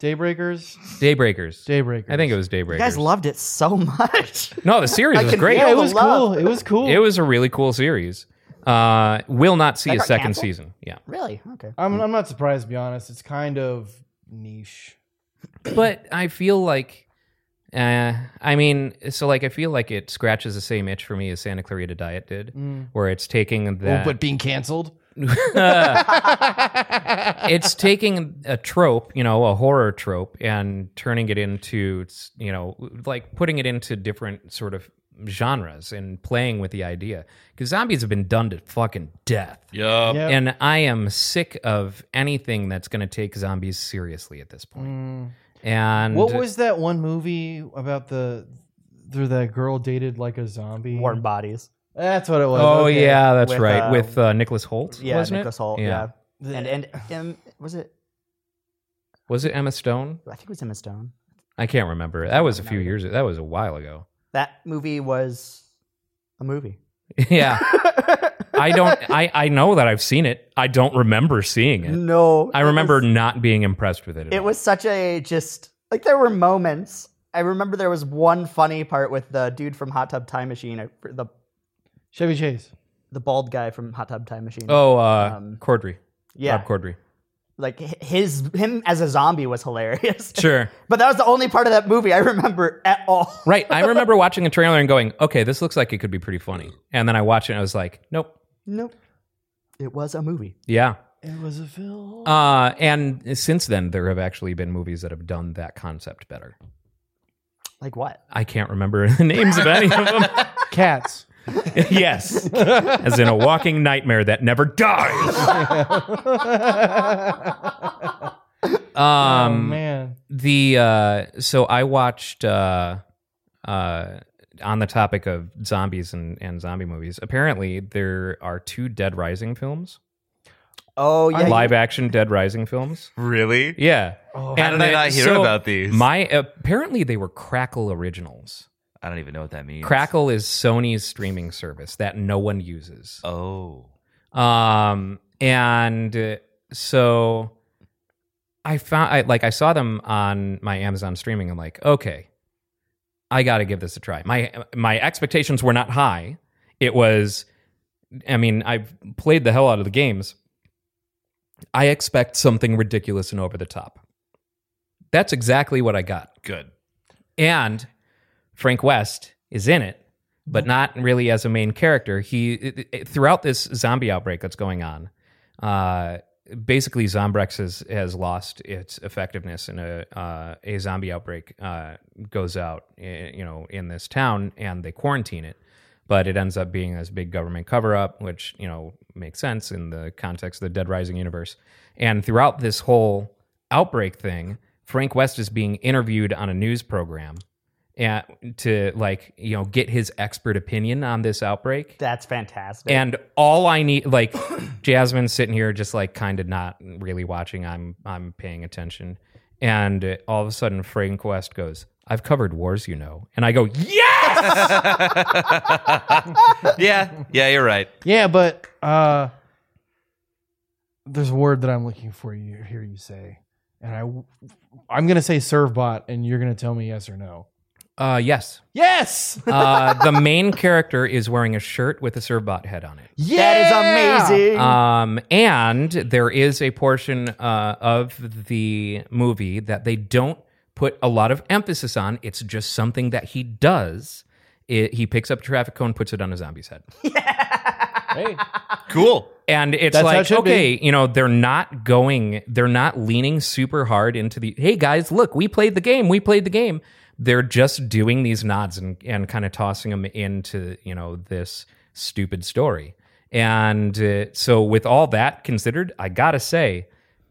[SPEAKER 6] daybreakers,
[SPEAKER 2] Daybreakers.
[SPEAKER 6] daybreakers.
[SPEAKER 2] I think it was Daybreakers.
[SPEAKER 3] You guys loved it so much.
[SPEAKER 2] no, the series
[SPEAKER 3] I
[SPEAKER 2] was
[SPEAKER 3] can
[SPEAKER 2] great.
[SPEAKER 3] feel
[SPEAKER 6] Yeah, it
[SPEAKER 3] the
[SPEAKER 6] was
[SPEAKER 3] love.
[SPEAKER 6] cool. It was cool.
[SPEAKER 2] It was a really cool series. Uh, will not see
[SPEAKER 3] That
[SPEAKER 2] a
[SPEAKER 3] got
[SPEAKER 2] second
[SPEAKER 3] canceled?
[SPEAKER 2] season. Yeah,
[SPEAKER 3] [LAUGHS] Really? Okay.
[SPEAKER 6] I'm, I'm not surprised to be honest. It's kind of niche.
[SPEAKER 2] but I feel like, uh, I mean, so like I feel like it scratches the same itch for me as Santa Clarita Diet did,
[SPEAKER 6] Mm.
[SPEAKER 2] where it's taking that.
[SPEAKER 5] but being canceled?
[SPEAKER 2] [LAUGHS] it's taking a trope, you know, a horror trope, and turning it into, you know, like putting it into different sort of genres and playing with the idea. Because zombies have been done to fucking death.
[SPEAKER 4] Yeah.
[SPEAKER 6] Yep.
[SPEAKER 2] And I am sick of anything that's going to take zombies seriously at this
[SPEAKER 3] Mm.
[SPEAKER 2] point.
[SPEAKER 6] Mm.
[SPEAKER 2] And
[SPEAKER 6] What was that one movie about the through that girl dated like a zombie?
[SPEAKER 3] Warm bodies.
[SPEAKER 6] That's what it was.
[SPEAKER 2] Oh
[SPEAKER 6] okay.
[SPEAKER 2] yeah, that's
[SPEAKER 3] With,
[SPEAKER 2] right.
[SPEAKER 3] uh,
[SPEAKER 2] with uh, Nicholas Holt,
[SPEAKER 3] Yeah,
[SPEAKER 2] wasn't
[SPEAKER 3] Nicholas
[SPEAKER 2] it?
[SPEAKER 3] Holt.
[SPEAKER 2] Yeah.
[SPEAKER 3] Yeah.
[SPEAKER 6] The-
[SPEAKER 3] And and um, was it?
[SPEAKER 2] Was it Emma Stone?
[SPEAKER 3] I think it was Emma Stone.
[SPEAKER 2] I can't remember. That was a few years. That was a while ago. [LAUGHS]
[SPEAKER 3] That movie was a movie.
[SPEAKER 2] yeah,
[SPEAKER 3] [LAUGHS]
[SPEAKER 2] I don't. I I know that I've seen it. I don't remember seeing it.
[SPEAKER 3] No.
[SPEAKER 2] I
[SPEAKER 3] it
[SPEAKER 2] remember
[SPEAKER 3] was-
[SPEAKER 2] not being impressed with it. at
[SPEAKER 3] It
[SPEAKER 2] all.
[SPEAKER 3] was such a just like there were moments. I remember there was one funny part with the dude from Hot Tub Time Machine, uh, the
[SPEAKER 6] Chevy Chase.
[SPEAKER 3] the bald guy from Hot Tub Time Machine.
[SPEAKER 2] Oh, uh,
[SPEAKER 3] um,
[SPEAKER 2] Cordry.
[SPEAKER 3] yeah,
[SPEAKER 2] Rob Cordry.
[SPEAKER 3] like hi- his him as a zombie was hilarious.
[SPEAKER 2] Sure.
[SPEAKER 3] [LAUGHS] but that was the only part of that movie I remember at all.
[SPEAKER 2] Right. I
[SPEAKER 3] [LAUGHS]
[SPEAKER 2] remember watching a trailer and going, "Okay, this looks like it could be pretty funny." And then I watched it and I was like, "Nope."
[SPEAKER 3] Nope, it was a movie.
[SPEAKER 2] Yeah.
[SPEAKER 6] It was a [LAUGHS] film.
[SPEAKER 2] Uh, and since then, there have actually been movies that have done that concept better.
[SPEAKER 3] Like what?
[SPEAKER 2] I can't remember [LAUGHS] the names of any of
[SPEAKER 3] [LAUGHS]
[SPEAKER 2] them.
[SPEAKER 6] Cats.
[SPEAKER 2] [LAUGHS] yes, as in a walking nightmare that never dies.
[SPEAKER 6] oh
[SPEAKER 2] Um,
[SPEAKER 6] man.
[SPEAKER 2] the uh, so I watched uh, uh, on the topic of zombies and, and zombie movies. Apparently, there are two Dead Rising films,
[SPEAKER 3] Oh yeah,
[SPEAKER 2] live action Dead Rising films.
[SPEAKER 4] Really?
[SPEAKER 2] Yeah,
[SPEAKER 6] Oh,
[SPEAKER 4] How did I
[SPEAKER 2] it-
[SPEAKER 4] not hear
[SPEAKER 2] so
[SPEAKER 4] about these?
[SPEAKER 2] My apparently they were Crackle originals.
[SPEAKER 4] I don't even know what that means.
[SPEAKER 2] Crackle is Sony's streaming service that no one uses.
[SPEAKER 4] Oh.
[SPEAKER 2] Um, and uh, so I found, I, like, I saw them on my Amazon streaming. I'm like, okay, I got to give this a try. My my expectations were not high. It was, I mean, I've played the hell out of the games. I expect something ridiculous and over the top. That's exactly what I got.
[SPEAKER 4] Good.
[SPEAKER 2] And Frank West is in it, but not really as a main character. He it- it- throughout this zombie outbreak that's going on, uh, basically Zombrex has, has lost its effectiveness, and a uh, a zombie outbreak uh, goes out, i- you know, in this town, and they quarantine it. But it ends up being this big government cover up, which you know makes sense in the context of the Dead Rising universe. And throughout this whole outbreak thing, Frank West is being interviewed on a news program. And to like, you know, get his expert opinion on this outbreak.
[SPEAKER 3] That's fantastic.
[SPEAKER 2] And all I need, like [CLEARS THROAT] Jasmine's sitting here, just like kind of not really watching. I'm I'm paying attention, and uh, all of a sudden Frank West goes, "I've covered wars, you know," and I go, "Yes!"
[SPEAKER 4] [LAUGHS] yeah, yeah, you're right.
[SPEAKER 6] Yeah, but uh, there's a word that I'm looking for you hear you say, and I I'm gonna say servbot, and you're gonna tell me yes or no.
[SPEAKER 2] uh, yes.
[SPEAKER 6] Yes,
[SPEAKER 2] Uh, the main character is wearing a shirt with a Servbot head on it.
[SPEAKER 3] That is amazing.
[SPEAKER 2] Um, and there is a portion uh, of the movie that they don't put a lot of emphasis on. It's just something that he does. It, he picks up a traffic cone, puts it on a zombie's head.
[SPEAKER 4] Cool.
[SPEAKER 2] And it's
[SPEAKER 6] That's how it
[SPEAKER 2] like,
[SPEAKER 6] should
[SPEAKER 2] okay, you know, they're not going, they're not leaning super hard into the, hey guys, look, we played the game, we played the game. They're just doing these nods and, and kind of tossing them into, you know, this stupid story. And uh, so, with all that considered, I gotta say,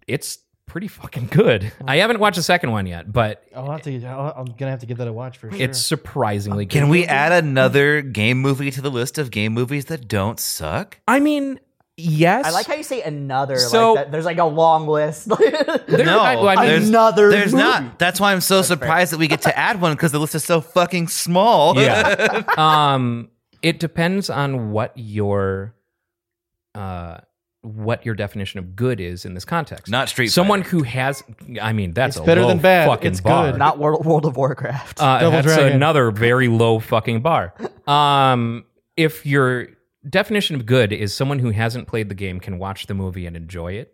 [SPEAKER 2] it's pretty fucking good. I haven't watched the second one yet, but
[SPEAKER 6] [LAUGHS] I'll have to. I'll, I'm gonna have to give that a watch for sure.
[SPEAKER 2] it's surprisingly good.
[SPEAKER 4] Can we add another game movie to the list of game movies that don't suck?
[SPEAKER 2] I mean, yes.
[SPEAKER 3] I like how you say another.
[SPEAKER 2] So-
[SPEAKER 3] like that, there's like a long list. [LAUGHS]
[SPEAKER 2] There-
[SPEAKER 4] No,
[SPEAKER 2] I- well, I mean-
[SPEAKER 4] there's,
[SPEAKER 3] Another
[SPEAKER 4] There's
[SPEAKER 3] movie.
[SPEAKER 4] not. That's why I'm so surprised that we get to add one because the list is so fucking small.
[SPEAKER 2] Yeah. um it depends on what your uh what your definition of good is in this context.
[SPEAKER 4] Not Street
[SPEAKER 2] Someone who has I mean that's
[SPEAKER 6] It's
[SPEAKER 2] a
[SPEAKER 6] better
[SPEAKER 2] low
[SPEAKER 6] than bad.
[SPEAKER 2] fucking
[SPEAKER 6] It's
[SPEAKER 2] bar.
[SPEAKER 6] good.
[SPEAKER 3] not World, World of Warcraft.
[SPEAKER 2] Uh,
[SPEAKER 6] Double
[SPEAKER 2] that's
[SPEAKER 6] Dragon.
[SPEAKER 2] another very low fucking bar. Um if your definition of good is someone who hasn't played the game can watch the movie and enjoy it,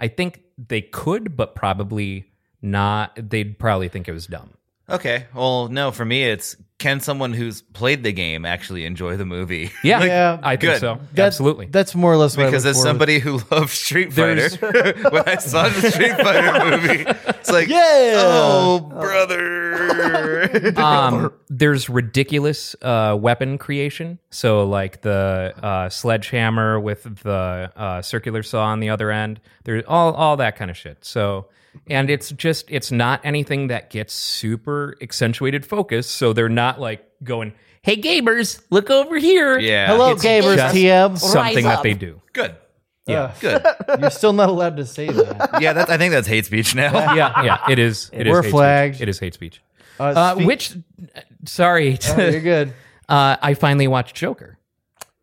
[SPEAKER 2] I think they could but probably not they'd probably think it was dumb.
[SPEAKER 4] [LAUGHS] Okay. Well, no, for me, it's can someone who's played the game actually enjoy the movie? [LAUGHS]
[SPEAKER 2] Yeah.
[SPEAKER 6] Yeah.
[SPEAKER 2] I think
[SPEAKER 4] Good.
[SPEAKER 2] so.
[SPEAKER 6] That-
[SPEAKER 2] Absolutely.
[SPEAKER 6] That's more or less what I
[SPEAKER 4] Because
[SPEAKER 6] look
[SPEAKER 4] as
[SPEAKER 6] for with-
[SPEAKER 4] somebody who loves Street Fighter, [LAUGHS]
[SPEAKER 2] There's-
[SPEAKER 4] when I saw the Street Fighter movie, it's like,
[SPEAKER 6] Yeah.
[SPEAKER 4] oh, brother. [LAUGHS]
[SPEAKER 2] um, there's ridiculous uh, weapon creation. So like the uh, sledgehammer with the uh, circular saw on the other end. There's all all that kind of shit. So and it's just it's not anything that gets super accentuated focus. So they're not like going, hey gamers, look over here.
[SPEAKER 4] yeah.
[SPEAKER 6] Hello,
[SPEAKER 2] It's
[SPEAKER 6] gamers.
[SPEAKER 2] just
[SPEAKER 6] TM.
[SPEAKER 2] Something
[SPEAKER 8] Rise
[SPEAKER 2] that
[SPEAKER 8] up.
[SPEAKER 2] they do.
[SPEAKER 4] Good.
[SPEAKER 2] Yeah.
[SPEAKER 4] Good.
[SPEAKER 6] [LAUGHS] You're still not allowed to
[SPEAKER 3] [LAUGHS]
[SPEAKER 6] say that.
[SPEAKER 4] Yeah, that's, I think that's hate speech
[SPEAKER 6] [LAUGHS]
[SPEAKER 4] now.
[SPEAKER 2] yeah, yeah. It is. It is
[SPEAKER 6] We're
[SPEAKER 2] hate speech.
[SPEAKER 6] flagged.
[SPEAKER 2] It is hate speech.
[SPEAKER 6] Uh,
[SPEAKER 2] Uh,
[SPEAKER 6] speak-
[SPEAKER 2] which, sorry,
[SPEAKER 6] Oh,
[SPEAKER 3] [LAUGHS]
[SPEAKER 6] you're good.
[SPEAKER 2] [LAUGHS] uh, I finally watched Joker.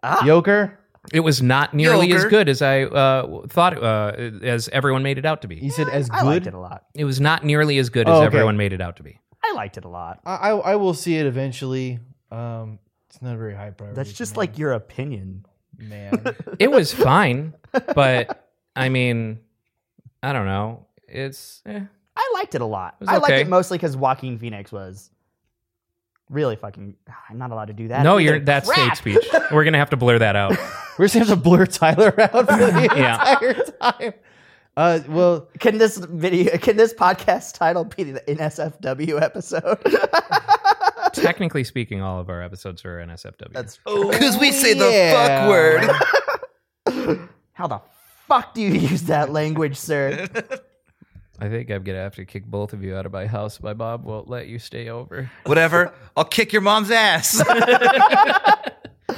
[SPEAKER 3] Ah.
[SPEAKER 6] Yoker.
[SPEAKER 2] It was not nearly as
[SPEAKER 4] Joker.
[SPEAKER 2] good as I uh, thought, uh, as everyone made it out to
[SPEAKER 6] You
[SPEAKER 2] be.
[SPEAKER 6] said as
[SPEAKER 3] I liked it
[SPEAKER 6] good.
[SPEAKER 3] a lot.
[SPEAKER 2] It was not nearly as good
[SPEAKER 6] Oh,
[SPEAKER 2] as
[SPEAKER 6] okay.
[SPEAKER 2] everyone made it out to be.
[SPEAKER 3] I liked it a lot.
[SPEAKER 6] I, I I will see it eventually. Um, it's not a very high priority.
[SPEAKER 3] That's
[SPEAKER 6] for
[SPEAKER 3] just
[SPEAKER 6] me,
[SPEAKER 2] Mm-hmm.
[SPEAKER 3] like your opinion.
[SPEAKER 6] man.
[SPEAKER 2] It
[SPEAKER 6] [LAUGHS]
[SPEAKER 2] was fine, but I mean, I don't know. It's eh.
[SPEAKER 3] I liked it a lot.
[SPEAKER 2] was
[SPEAKER 3] I liked
[SPEAKER 2] okay.
[SPEAKER 3] it mostly because Joaquin Phoenix was really fucking. [SIGHS] I'm not allowed to do that.
[SPEAKER 2] no,
[SPEAKER 3] either.
[SPEAKER 2] you're that's
[SPEAKER 3] Crap!
[SPEAKER 2] hate speech. We're gonna have to blur that out.
[SPEAKER 6] We're just gonna have to
[SPEAKER 3] [LAUGHS]
[SPEAKER 6] blur Tyler out for the
[SPEAKER 2] Yeah.
[SPEAKER 6] entire time. Uh, well,
[SPEAKER 3] Can this video? [LAUGHS] Can this podcast title be the NSFW episode? [LAUGHS]
[SPEAKER 2] Technically speaking, all of our episodes are NSFW.
[SPEAKER 3] That's
[SPEAKER 4] Because we say the
[SPEAKER 6] Yeah.
[SPEAKER 4] fuck word.
[SPEAKER 3] how the fuck do you use that language,
[SPEAKER 2] [LAUGHS]
[SPEAKER 3] sir?
[SPEAKER 2] I think I'm gonna have to kick both of you out of my house. My mom won't let you stay over.
[SPEAKER 4] Whatever. I'll kick your mom's
[SPEAKER 6] [LAUGHS]
[SPEAKER 4] ass.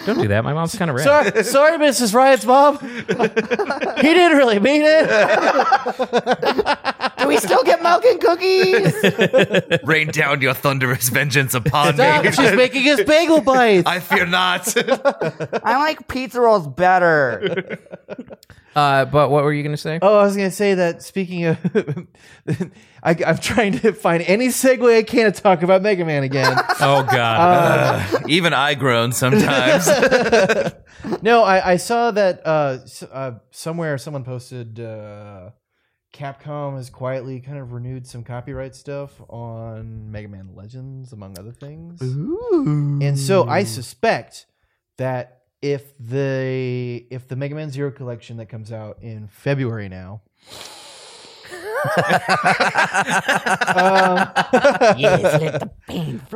[SPEAKER 2] Don't do that. My mom's kind of rad.
[SPEAKER 6] sorry, sorry, Mrs.
[SPEAKER 3] [LAUGHS]
[SPEAKER 6] Riot's mom. [LAUGHS] he didn't really mean it.
[SPEAKER 3] do we still get milk and
[SPEAKER 2] [LAUGHS]
[SPEAKER 3] cookies?
[SPEAKER 4] Rain down your thunderous vengeance upon
[SPEAKER 6] Stop,
[SPEAKER 4] me.
[SPEAKER 6] she's making us [LAUGHS] bagel
[SPEAKER 4] [LAUGHS]
[SPEAKER 6] bites.
[SPEAKER 4] I fear not. [LAUGHS]
[SPEAKER 3] I like pizza rolls better.
[SPEAKER 2] [LAUGHS] Uh, but what were you gonna say?
[SPEAKER 6] Oh, I was gonna say that. Speaking of, [LAUGHS] I, I'm trying to find any segue I can to talk about Mega Man [LAUGHS] again.
[SPEAKER 2] Oh
[SPEAKER 6] Uh,
[SPEAKER 2] God.
[SPEAKER 4] Even I groan
[SPEAKER 6] [LAUGHS]
[SPEAKER 4] sometimes.
[SPEAKER 6] no, I, I saw that uh, s- uh, somewhere someone posted uh, Capcom has quietly kind of renewed some copyright stuff on Mega Man Legends, among other things. And so I suspect that if the if the Mega Man Zero collection that comes out in February now. um,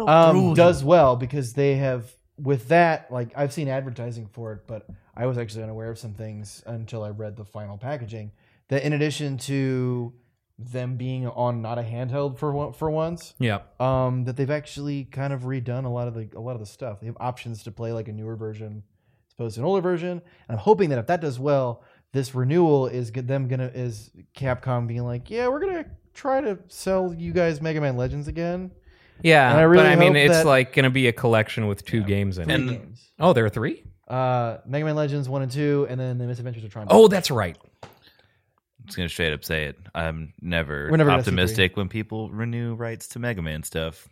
[SPEAKER 6] [LAUGHS] um, does well because they have with that like I've seen advertising for it, but I was actually unaware of some things until I read the final packaging. That in addition to them being on not a handheld for one, for once,
[SPEAKER 2] Yeah.
[SPEAKER 6] um, that they've actually kind of redone a lot of the a lot of the stuff. They have options to play like a newer version as opposed to an older version, and I'm hoping that if that does well, this renewal is get them gonna is Capcom being like, yeah, we're gonna try to sell you guys Mega Man Legends again.
[SPEAKER 2] Yeah.
[SPEAKER 6] And I really
[SPEAKER 2] but I mean,
[SPEAKER 6] hope
[SPEAKER 2] it's
[SPEAKER 6] that-
[SPEAKER 2] like going to be a collection with two games in it.
[SPEAKER 4] And-
[SPEAKER 6] games.
[SPEAKER 2] Oh, there are three?
[SPEAKER 6] Uh, Mega Man Legends one and two, and then the Misadventures of Tron.
[SPEAKER 2] Oh, that's right.
[SPEAKER 4] I'm just gonna straight up say it. I'm never,
[SPEAKER 6] We're never gonna
[SPEAKER 4] optimistic when people renew rights to Mega Man stuff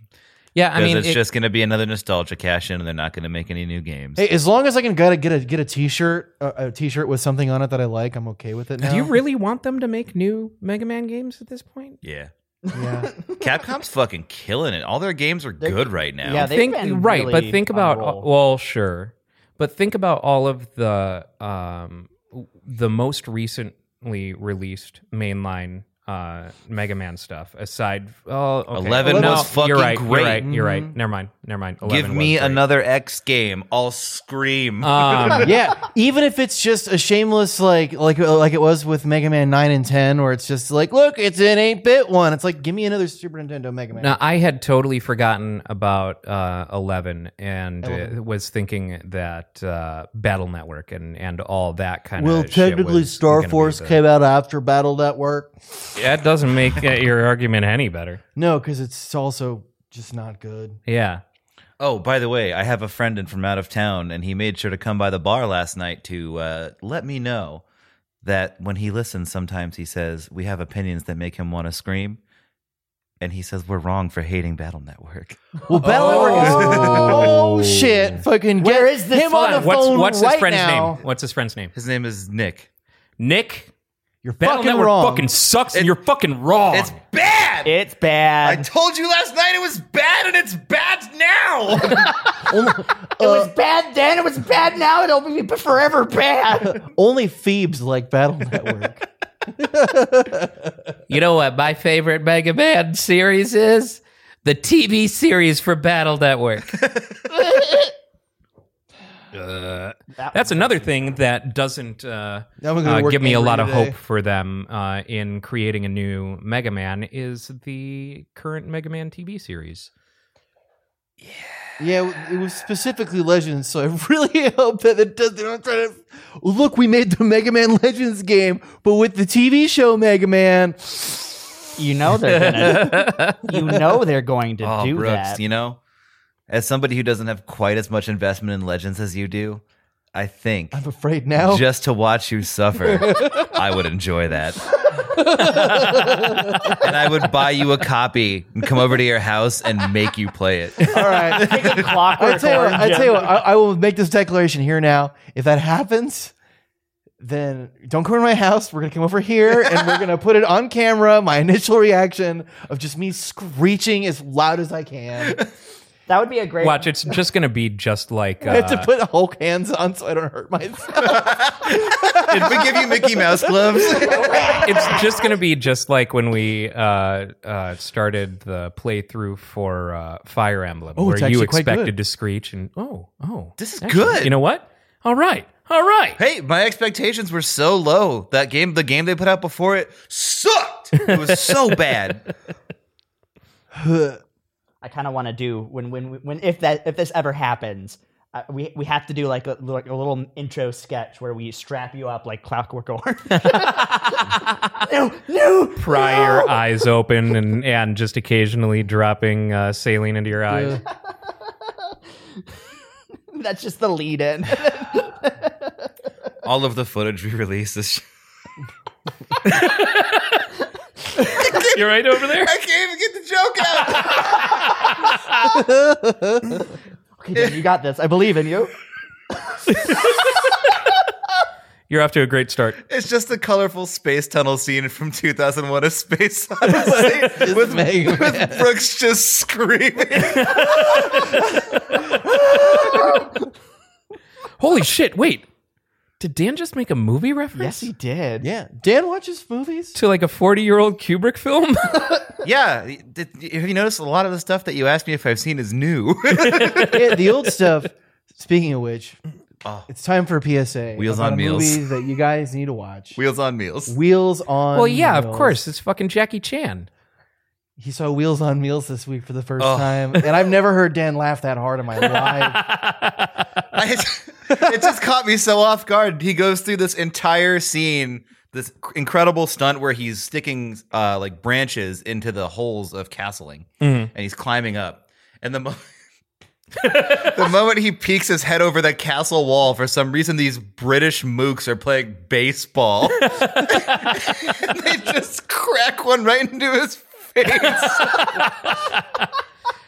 [SPEAKER 2] Yeah. I
[SPEAKER 4] because
[SPEAKER 2] mean,
[SPEAKER 4] it's
[SPEAKER 2] it-
[SPEAKER 4] just gonna be another nostalgia cash in, and they're not gonna make any new games.
[SPEAKER 6] Hey, as long as I can get a get a get a T-shirt, uh, a, a T-shirt with something on it that I like, I'm okay with it. Now.
[SPEAKER 2] do you really want them to make new Mega Man games at this point?
[SPEAKER 4] Yeah,
[SPEAKER 6] Yeah.
[SPEAKER 4] Capcom's fucking killing it. All their games are
[SPEAKER 3] They're-
[SPEAKER 4] good right now.
[SPEAKER 3] Yeah, they've
[SPEAKER 2] think
[SPEAKER 3] been
[SPEAKER 2] right, but
[SPEAKER 3] really
[SPEAKER 2] think
[SPEAKER 3] on
[SPEAKER 2] about
[SPEAKER 3] a roll.
[SPEAKER 2] well, sure, but think about all of the um, w- the most recently released mainline uh, Mega Man stuff. Aside, oh, okay.
[SPEAKER 4] 11
[SPEAKER 2] No,
[SPEAKER 4] was fucking
[SPEAKER 2] you're right,
[SPEAKER 4] great.
[SPEAKER 2] You're right, you're right.
[SPEAKER 6] Mm-hmm.
[SPEAKER 2] Never mind, never mind. 11
[SPEAKER 4] Give
[SPEAKER 2] was
[SPEAKER 4] me
[SPEAKER 2] great.
[SPEAKER 4] another X game. I'll scream.
[SPEAKER 2] Um,
[SPEAKER 6] yeah, even if it's just a shameless like like like it was with Mega Man nine and ten, where it's just like, look, it's an eight bit one. It's like, give me another Super Nintendo Mega Man.
[SPEAKER 2] Now, I had totally forgotten about uh, Eleven, and uh,
[SPEAKER 6] 11.
[SPEAKER 2] was thinking that uh, Battle Network and, and all that kind
[SPEAKER 6] well,
[SPEAKER 2] of shit
[SPEAKER 6] technically,
[SPEAKER 2] was
[SPEAKER 6] Star
[SPEAKER 2] gonna be
[SPEAKER 6] Force
[SPEAKER 2] the-
[SPEAKER 6] came out after Battle Network.
[SPEAKER 2] That doesn't make uh, your argument any better.
[SPEAKER 6] No, because it's also just not good.
[SPEAKER 2] Yeah.
[SPEAKER 4] Oh, by the way, I have a friend in from out of town, and he made sure to come by the bar last night to uh, let me know that when he listens, sometimes he says, We have opinions that make him want to scream. And he says, We're wrong for hating Battle Network.
[SPEAKER 6] Well, Battle Network is oh shit, fucking
[SPEAKER 3] Where
[SPEAKER 6] get
[SPEAKER 3] is this
[SPEAKER 6] him on
[SPEAKER 3] one?
[SPEAKER 6] the
[SPEAKER 2] What's
[SPEAKER 6] phone
[SPEAKER 2] what's
[SPEAKER 6] right
[SPEAKER 2] his friend's
[SPEAKER 6] now.
[SPEAKER 2] name? What's his friend's name?
[SPEAKER 4] His name is Nick.
[SPEAKER 2] Nick.
[SPEAKER 6] You're
[SPEAKER 2] Battle
[SPEAKER 6] fucking
[SPEAKER 2] Network
[SPEAKER 6] wrong.
[SPEAKER 2] fucking sucks, and you're fucking wrong.
[SPEAKER 4] It's bad.
[SPEAKER 3] It's
[SPEAKER 4] I
[SPEAKER 3] bad.
[SPEAKER 4] told you last night it was bad, and it's bad now.
[SPEAKER 3] it was bad then. It was bad now. It'll be forever bad.
[SPEAKER 2] [LAUGHS]
[SPEAKER 6] Only Phoebes like Battle Network.
[SPEAKER 8] You know what my favorite Mega Man series is? The TV series for Battle Network.
[SPEAKER 2] That's another thing that doesn't uh,
[SPEAKER 6] Now [LAUGHS] I'm gonna
[SPEAKER 2] uh,
[SPEAKER 6] work
[SPEAKER 2] give me a
[SPEAKER 6] angry
[SPEAKER 2] lot of
[SPEAKER 6] today.
[SPEAKER 2] hope for them uh, in creating a new Mega Man is the current Mega Man TV series.
[SPEAKER 6] Yeah, it was specifically Legends, so I [LAUGHS] really hope that it does. They don't try to look. We made the Mega Man Legends game, but with the TV show Mega Man,
[SPEAKER 3] You know they're gonna. you know they're
[SPEAKER 6] [LAUGHS]
[SPEAKER 3] going to
[SPEAKER 4] oh,
[SPEAKER 3] do
[SPEAKER 4] Brooks,
[SPEAKER 3] that.
[SPEAKER 4] you know, as somebody who doesn't have quite as much investment in Legends as you do, I think
[SPEAKER 6] I'm afraid now.
[SPEAKER 4] just to watch you [LAUGHS] suffer, I would enjoy that. and I would buy you a copy and come over to your house and make you play it.
[SPEAKER 6] [LAUGHS] All right, [LAUGHS]
[SPEAKER 3] Freaking clockwork
[SPEAKER 6] I tell you what, I
[SPEAKER 3] Orange.
[SPEAKER 6] tell you what, I, I will make this declaration here now. If that happens, then don't come to my house. We're gonna come over here and we're gonna put it on camera. My initial reaction of just me screeching as loud as I can.
[SPEAKER 3] That would be a
[SPEAKER 2] [LAUGHS]
[SPEAKER 3] great.
[SPEAKER 2] Watch, it's just going to be just like
[SPEAKER 6] I have to
[SPEAKER 2] uh,
[SPEAKER 6] put Hulk hands on so I don't hurt myself.
[SPEAKER 4] Did we give you Mickey Mouse gloves?
[SPEAKER 2] it's just going to be just like when we uh, uh, started the playthrough for uh, Fire Emblem,
[SPEAKER 6] Oh,
[SPEAKER 2] where
[SPEAKER 6] it's
[SPEAKER 2] you
[SPEAKER 6] actually quite
[SPEAKER 2] expected
[SPEAKER 6] good.
[SPEAKER 2] to screech and oh, oh,
[SPEAKER 4] This is
[SPEAKER 2] actually,
[SPEAKER 4] good.
[SPEAKER 2] You know what? All right, all right.
[SPEAKER 4] [LAUGHS] hey, my expectations were so low. That game, the game they put out before it sucked. It was so bad.
[SPEAKER 3] I kind of want to do when when when if that if this ever happens, uh, we we have to do like a, like a little intro sketch where we strap you up like Clockwork [LAUGHS] Orange. no, no,
[SPEAKER 2] pry your
[SPEAKER 3] no!
[SPEAKER 2] eyes open and, and just occasionally dropping uh, saline into your eyes.
[SPEAKER 3] That's just the lead in. [LAUGHS]
[SPEAKER 4] All of the footage we released is.
[SPEAKER 2] You're right over there.
[SPEAKER 4] I can't even get the joke out.
[SPEAKER 3] okay, Dan, you got this. I believe in you.
[SPEAKER 2] You're off to a great start.
[SPEAKER 4] It's just the colorful space tunnel scene from 2001: A Space [LAUGHS] Odyssey with, with Brooks just screaming.
[SPEAKER 2] Holy shit! Wait, did Dan just make a movie reference?
[SPEAKER 3] Yes, he did.
[SPEAKER 6] Yeah. Dan watches movies.
[SPEAKER 2] To like a forty-year-old Kubrick
[SPEAKER 6] [LAUGHS]
[SPEAKER 2] film.
[SPEAKER 4] yeah. Did, have you noticed a lot of the stuff that you asked me if I've seen is new? [LAUGHS]
[SPEAKER 6] Yeah, the old stuff. Speaking of which,
[SPEAKER 2] Ah.
[SPEAKER 4] Oh.
[SPEAKER 6] it's time for a PSA.
[SPEAKER 4] Wheels
[SPEAKER 6] about
[SPEAKER 4] on
[SPEAKER 6] a
[SPEAKER 4] Meals.
[SPEAKER 6] movie that you guys need to watch.
[SPEAKER 4] Wheels on Meals.
[SPEAKER 6] Wheels on.
[SPEAKER 2] well, yeah, of
[SPEAKER 6] Meals.
[SPEAKER 2] course. It's fucking Jackie Chan.
[SPEAKER 6] He saw Wheels on Meals this week for the first
[SPEAKER 4] Oh.
[SPEAKER 6] time, and I've never heard Dan laugh that hard
[SPEAKER 2] [LAUGHS]
[SPEAKER 6] in my life.
[SPEAKER 4] I- [LAUGHS] it just caught me so off guard. He goes through this entire scene, this incredible stunt where he's sticking uh, like branches into the holes of castling, and he's climbing up. And the mo- [LAUGHS] the moment he peeks his head over the castle wall, for some reason, these British mooks are playing [LAUGHS] baseball. and they just crack one right into his face.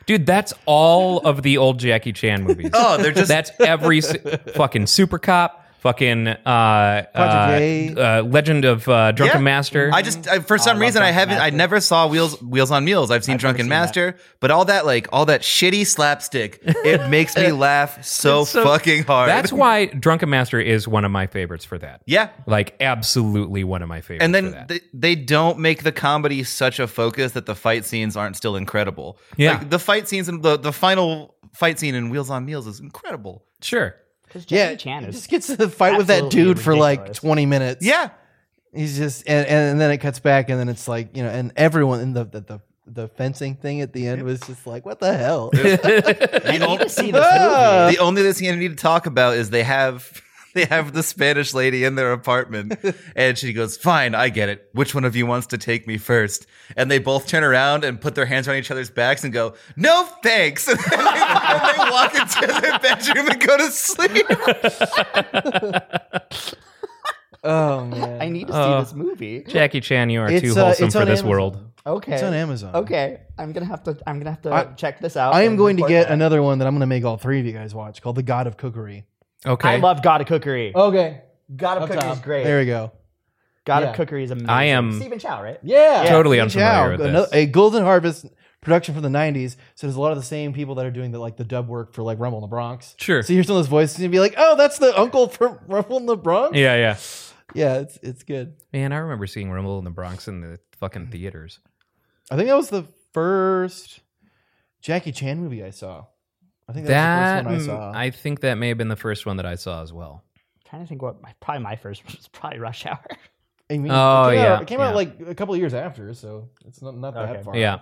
[SPEAKER 2] Dude, that's all of the old Jackie Chan movies.
[SPEAKER 4] [LAUGHS] Oh, they're just
[SPEAKER 2] That's every si- fucking Super Cop, fucking uh,
[SPEAKER 6] Project
[SPEAKER 2] uh, uh, Legend of uh, Drunken
[SPEAKER 4] Yeah.
[SPEAKER 2] Master.
[SPEAKER 4] I just
[SPEAKER 2] Oh,
[SPEAKER 4] I, for some reason I haven't I never saw Wheels Wheels on Meals. I've seen Drunken Master, but all that like all that shitty slapstick, it makes
[SPEAKER 2] [LAUGHS]
[SPEAKER 4] me laugh so, fucking hard. [LAUGHS]
[SPEAKER 2] that's why Drunken Master is one of my favorites for that.
[SPEAKER 4] yeah.
[SPEAKER 2] Like absolutely one of my favorites.
[SPEAKER 4] And
[SPEAKER 2] for
[SPEAKER 4] then
[SPEAKER 2] that.
[SPEAKER 4] they, they don't make the comedy such a focus that the fight scenes aren't still incredible.
[SPEAKER 2] Yeah.
[SPEAKER 4] Like, the fight scenes and the the final fight scene in Wheels on Meals is incredible.
[SPEAKER 2] sure.
[SPEAKER 3] Because Jackie
[SPEAKER 6] yeah,
[SPEAKER 3] Chan
[SPEAKER 6] he
[SPEAKER 3] is.
[SPEAKER 6] just gets to fight with that
[SPEAKER 3] absolutely
[SPEAKER 6] dude for like
[SPEAKER 3] ridiculous.
[SPEAKER 6] twenty minutes.
[SPEAKER 4] Yeah.
[SPEAKER 6] he's just and, and and then it cuts back, and then it's like you know, and everyone in the the the, the fencing thing at the end was just like, what the hell?
[SPEAKER 3] I need to
[SPEAKER 6] [LAUGHS]
[SPEAKER 3] see this
[SPEAKER 6] Ah.
[SPEAKER 3] movie.
[SPEAKER 4] the only other thing I need to talk about is they have [LAUGHS] they have the Spanish lady in their apartment, and she goes, "Fine, I get it. Which one of you wants to take me first? And they both turn around and put their hands on each other's backs and go, "No, thanks." [LAUGHS] And they, and they walk into their bedroom and go to sleep.
[SPEAKER 6] [LAUGHS] oh man,
[SPEAKER 3] I need to see this movie.
[SPEAKER 2] Jackie Chan, you are
[SPEAKER 6] It's,
[SPEAKER 2] too
[SPEAKER 6] uh,
[SPEAKER 2] wholesome
[SPEAKER 6] it's
[SPEAKER 2] for
[SPEAKER 6] on
[SPEAKER 2] this
[SPEAKER 6] Amazon.
[SPEAKER 2] world.
[SPEAKER 3] Okay.
[SPEAKER 6] It's on Amazon.
[SPEAKER 3] Okay, I'm gonna have to. I'm gonna have to
[SPEAKER 6] I-
[SPEAKER 3] check this out.
[SPEAKER 6] I am
[SPEAKER 3] and
[SPEAKER 6] going to
[SPEAKER 3] report
[SPEAKER 6] get
[SPEAKER 3] back.
[SPEAKER 6] another one that I'm going to make all three of you guys watch called The God of Cookery.
[SPEAKER 2] Okay.
[SPEAKER 3] I love God of Cookery.
[SPEAKER 6] Okay.
[SPEAKER 3] God of Cookery is great.
[SPEAKER 6] There we go.
[SPEAKER 3] God
[SPEAKER 6] yeah.
[SPEAKER 3] of Cookery is amazing.
[SPEAKER 2] I am-
[SPEAKER 3] Stephen Chow, right?
[SPEAKER 6] Yeah.
[SPEAKER 2] Totally
[SPEAKER 6] Chow,
[SPEAKER 2] unfamiliar with
[SPEAKER 6] ano-
[SPEAKER 2] this.
[SPEAKER 6] A Golden Harvest production from the 90s. So there's a lot of the same people that are doing the like the dub work for like Rumble in the Bronx.
[SPEAKER 2] Sure.
[SPEAKER 6] So you hear some of those voices and you'd be like, oh, that's the uncle from [LAUGHS] Rumble in the Bronx?
[SPEAKER 2] yeah, yeah.
[SPEAKER 6] Yeah, it's, it's good.
[SPEAKER 2] Man, I remember seeing Rumble in the Bronx in the fucking theaters.
[SPEAKER 6] I think that was the first Jackie Chan movie I saw. I think that,
[SPEAKER 2] That
[SPEAKER 6] was the first one
[SPEAKER 2] mm,
[SPEAKER 6] I saw.
[SPEAKER 2] I think that may have been the first one that I saw as well.
[SPEAKER 3] I'm trying to think what. My, probably my first [LAUGHS] was probably Rush Hour.
[SPEAKER 6] I mean,
[SPEAKER 2] Oh,
[SPEAKER 6] it came
[SPEAKER 2] yeah,
[SPEAKER 6] Out, it came
[SPEAKER 2] yeah.
[SPEAKER 6] out like a couple of years after, so it's not, not that
[SPEAKER 3] Okay.
[SPEAKER 6] far.
[SPEAKER 2] Yeah.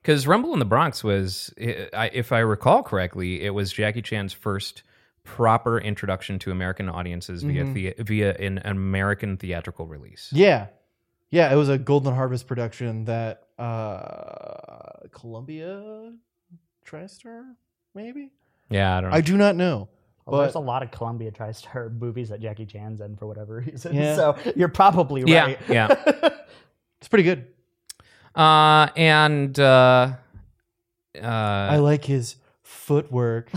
[SPEAKER 2] Because Rumble in the Bronx was, i- I- if I recall correctly, it was Jackie Chan's first proper introduction to American audiences
[SPEAKER 6] Mhm.
[SPEAKER 2] via the, via an American theatrical release.
[SPEAKER 6] Yeah. Yeah, it was a Golden Harvest production that uh Columbia TriStar maybe?
[SPEAKER 2] Yeah, I don't know.
[SPEAKER 6] I do not know.
[SPEAKER 3] Well, Oh, there's a
[SPEAKER 6] But-
[SPEAKER 3] lot of Columbia tries to movies that Jackie Chan's in for whatever [LAUGHS] reason.
[SPEAKER 6] Yeah.
[SPEAKER 3] So you're probably
[SPEAKER 2] yeah,
[SPEAKER 3] right.
[SPEAKER 6] [LAUGHS]
[SPEAKER 2] yeah.
[SPEAKER 6] It's pretty good.
[SPEAKER 2] Uh, and uh, uh,
[SPEAKER 6] I like his
[SPEAKER 4] [LAUGHS]
[SPEAKER 6] footwork.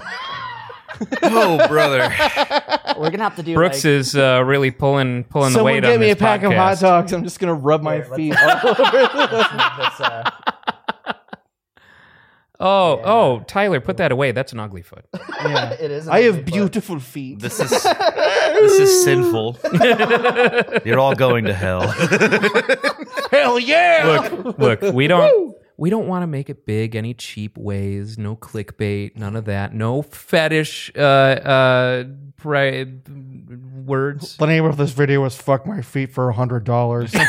[SPEAKER 4] Oh, brother!
[SPEAKER 3] We're gonna have to do
[SPEAKER 2] Brooks
[SPEAKER 3] like,
[SPEAKER 2] is uh, really pulling pulling the
[SPEAKER 6] Someone
[SPEAKER 2] weight
[SPEAKER 6] give
[SPEAKER 2] on
[SPEAKER 6] me
[SPEAKER 2] this
[SPEAKER 6] a pack of
[SPEAKER 2] podcast.
[SPEAKER 6] hot dogs. I'm just gonna rub my
[SPEAKER 3] Here, [LAUGHS] let's-
[SPEAKER 6] feet all over.
[SPEAKER 3] let's move this, uh,
[SPEAKER 2] Oh,
[SPEAKER 3] Yeah.
[SPEAKER 2] oh, Tyler, put that away. That's an ugly foot.
[SPEAKER 6] [LAUGHS]
[SPEAKER 3] [LAUGHS]
[SPEAKER 6] yeah.
[SPEAKER 3] it is. an
[SPEAKER 6] I have
[SPEAKER 3] ugly book.
[SPEAKER 6] beautiful feet.
[SPEAKER 4] This
[SPEAKER 6] [LAUGHS]
[SPEAKER 4] is this is sinful. You're all going to hell.
[SPEAKER 6] Hell yeah!
[SPEAKER 2] look, look, we don't we don't want to make it big any cheap ways, no clickbait, none of that. No fetish uh uh pri-
[SPEAKER 6] [LAUGHS]
[SPEAKER 2] words.
[SPEAKER 6] The name of this video was "Fuck My Feet" for a hundred
[SPEAKER 4] [LAUGHS]
[SPEAKER 6] dollars. [LAUGHS]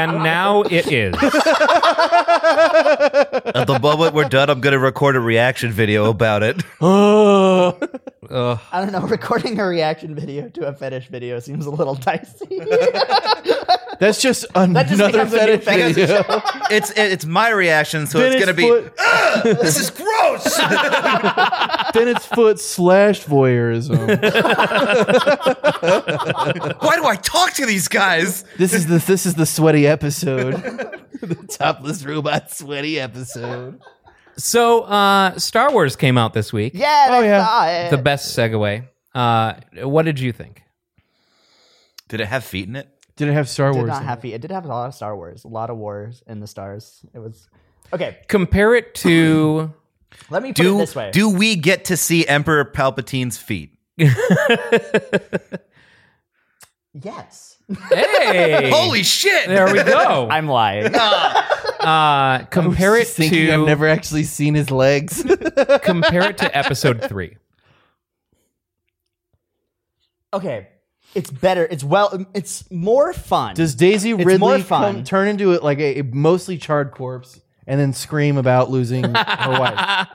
[SPEAKER 2] And now it is.
[SPEAKER 4] At the moment we're done, I'm going to record a reaction video about it.
[SPEAKER 3] I don't know. [LAUGHS] Recording a reaction video to a fetish video seems a little [LAUGHS] dicey.
[SPEAKER 6] That's just another
[SPEAKER 3] just becomes a new
[SPEAKER 6] fetish
[SPEAKER 3] fetish.
[SPEAKER 6] video.
[SPEAKER 4] It's it's my reaction, so
[SPEAKER 6] Then
[SPEAKER 4] it's going to be
[SPEAKER 6] foot-
[SPEAKER 4] this is gross. [LAUGHS]
[SPEAKER 6] then it's foot slash voyeurism.
[SPEAKER 4] Why do I talk to these guys?
[SPEAKER 6] this is the this is the sweaty episode. [LAUGHS] the topless robot sweaty episode.
[SPEAKER 2] So uh Star Wars came out this week.
[SPEAKER 3] yeah,
[SPEAKER 6] Oh,
[SPEAKER 3] I
[SPEAKER 6] yeah.
[SPEAKER 3] saw it.
[SPEAKER 2] The best segue. Uh what did you think?
[SPEAKER 4] Did it have feet in it?
[SPEAKER 6] Did it have Star
[SPEAKER 3] It did
[SPEAKER 6] Wars?
[SPEAKER 3] not
[SPEAKER 6] in
[SPEAKER 3] have
[SPEAKER 6] it?
[SPEAKER 3] feet. It did have a lot of Star Wars, a lot of wars in the stars. It was okay.
[SPEAKER 2] Compare it to
[SPEAKER 3] Let me put it
[SPEAKER 4] Do
[SPEAKER 3] this way.
[SPEAKER 4] do we get to see Emperor Palpatine's feet?
[SPEAKER 3] Yes.
[SPEAKER 2] hey,
[SPEAKER 4] Holy shit!
[SPEAKER 2] there we go.
[SPEAKER 3] [LAUGHS] I'm
[SPEAKER 6] [LAUGHS]
[SPEAKER 3] lying.
[SPEAKER 2] Uh, compare it to
[SPEAKER 6] I've never actually seen his [LAUGHS] legs.
[SPEAKER 2] compare it to episode three.
[SPEAKER 3] okay. It's better. It's well. It's more fun.
[SPEAKER 6] Does Daisy
[SPEAKER 3] It's
[SPEAKER 6] Ridley
[SPEAKER 3] more
[SPEAKER 6] come-
[SPEAKER 3] fun.
[SPEAKER 6] turn into it like a, a mostly charred corpse and then scream about losing her [LAUGHS] wife?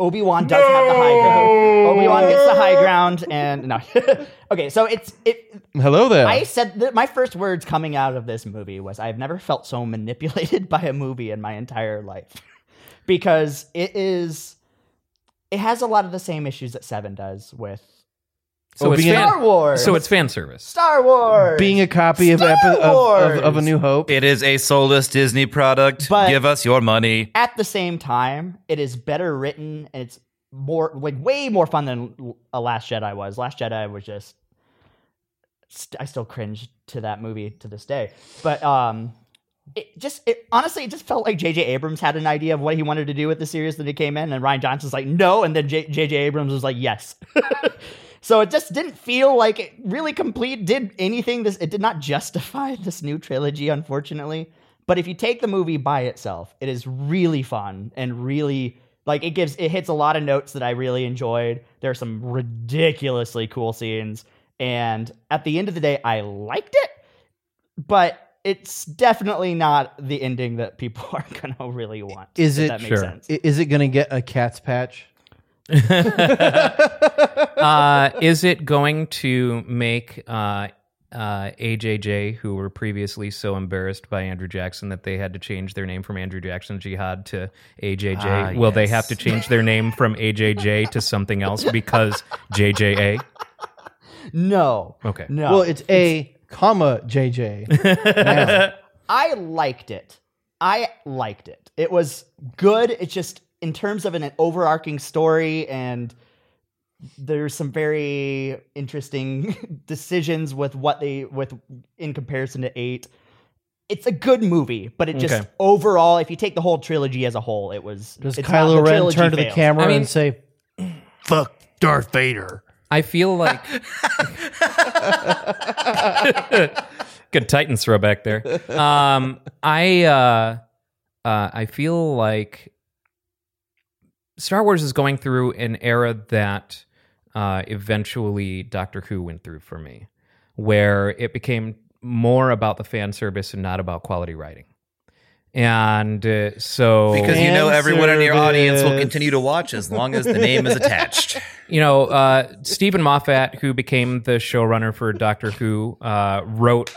[SPEAKER 3] Obi Wan does have the high ground. Obi Wan gets the high ground, and no. [LAUGHS] okay, so it's it.
[SPEAKER 6] Hello there.
[SPEAKER 3] I said that my first words coming out of this movie was I've never felt so manipulated [LAUGHS] by a movie in my entire life [LAUGHS] because it is it has a lot of the same issues that 7 does with
[SPEAKER 2] So it's
[SPEAKER 6] being
[SPEAKER 2] fan,
[SPEAKER 3] Star Wars.
[SPEAKER 2] So it's fan service.
[SPEAKER 3] Star Wars.
[SPEAKER 6] Being a copy of,
[SPEAKER 3] Star
[SPEAKER 6] epi- of, of, of A
[SPEAKER 3] Wars!
[SPEAKER 6] New
[SPEAKER 4] [LAUGHS]
[SPEAKER 6] Hope.
[SPEAKER 4] It is a soulless Disney product.
[SPEAKER 3] But-
[SPEAKER 4] Give us your money.
[SPEAKER 3] at the same time, it is better written and it's more like way more fun than a Last Jedi was. Last Jedi was just st- I still cringe to that movie to this day. But um it just it honestly it just felt like JJ Abrams had an idea of what he wanted to do with the series that he came in and Ryan Johnson's like no and then J- JJ Abrams was like yes. so it just didn't feel like it really complete did anything this it did not justify [LAUGHS] this new trilogy unfortunately. But if you take the movie by itself, it is really fun and really like it gives it hits a lot of notes that I really enjoyed. There are some ridiculously cool scenes and at the end of the day I liked it, but it's definitely not the ending that people [LAUGHS] are going to really want.
[SPEAKER 6] Is
[SPEAKER 3] if
[SPEAKER 6] it-
[SPEAKER 3] that makes
[SPEAKER 2] Sure.
[SPEAKER 3] sense?
[SPEAKER 6] I- Is it going to get a cat's patch?
[SPEAKER 2] Uh, is it going to make uh, uh, AJJ, who were previously so embarrassed by Andrew Jackson that they had to change their name from Andrew Jackson Jihad to AJJ,
[SPEAKER 4] Ah,
[SPEAKER 2] will they
[SPEAKER 4] yes.
[SPEAKER 2] have to change their name from AJJ to something else because JJA?
[SPEAKER 3] No.
[SPEAKER 2] Okay.
[SPEAKER 3] No.
[SPEAKER 6] Well, it's A, comma, [LAUGHS] JJ.
[SPEAKER 3] I liked it. I liked it. It was good. It's just in terms of an overarching story and there's some very interesting [LAUGHS] decisions with what they with in comparison to 8. It's a good movie, but it just
[SPEAKER 2] Okay.
[SPEAKER 3] overall if you take the whole trilogy as a whole, it was
[SPEAKER 6] Does
[SPEAKER 3] it's not-
[SPEAKER 6] Kylo
[SPEAKER 3] the
[SPEAKER 6] Ren
[SPEAKER 3] trilogy
[SPEAKER 6] turn to the
[SPEAKER 3] fails.
[SPEAKER 6] camera
[SPEAKER 2] I mean-
[SPEAKER 6] and say,
[SPEAKER 5] Fuck Darth Vader.
[SPEAKER 2] I feel like [LAUGHS] good Titans throwback there. Um, I uh, uh, I feel like Star Wars is going through an era that uh, eventually Doctor Who went through for me, where it became more about the fan service and not about quality writing. And uh, so
[SPEAKER 4] Because you know
[SPEAKER 6] Fan
[SPEAKER 4] everyone in your audience will
[SPEAKER 6] service.
[SPEAKER 4] continue to watch as long as the name is attached.
[SPEAKER 2] you know, uh, Stephen Moffat, who became the showrunner for Doctor Who, uh, wrote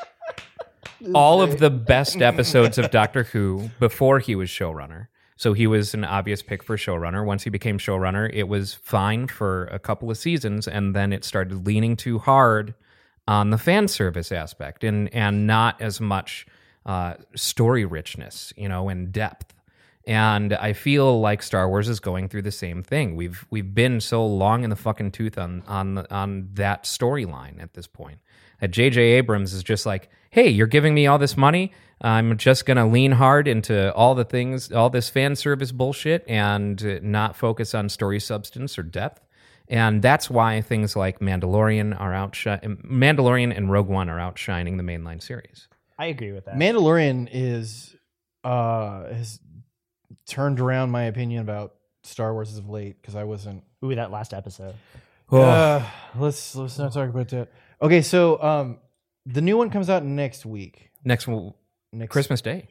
[SPEAKER 2] all of the best episodes of Doctor Who before he was showrunner. So he was an obvious pick for showrunner. Once he became showrunner, it was fine for a couple of seasons, and then it started leaning too hard on the fan service aspect and and not as much uh, story richness, you know, and depth. And I feel like Star Wars is going through the same thing. We've we've been so long in the fucking tooth on on on that storyline at this point. That J.J. Abrams is just like, hey, you're giving me all this money. I'm just gonna lean hard into all the things, all this fan service bullshit, and uh, not focus on story substance or depth. And that's why things like Mandalorian are outshining Mandalorian and Rogue One are outshining the mainline series.
[SPEAKER 3] I agree with that.
[SPEAKER 6] Mandalorian is uh has turned around my opinion about Star Wars as of late because I wasn't.
[SPEAKER 3] Ooh, that last episode.
[SPEAKER 6] Uh, let's let's not talk about that. Okay, so um, the new one comes out next week.
[SPEAKER 2] Next one,
[SPEAKER 6] Next
[SPEAKER 2] Christmas Day,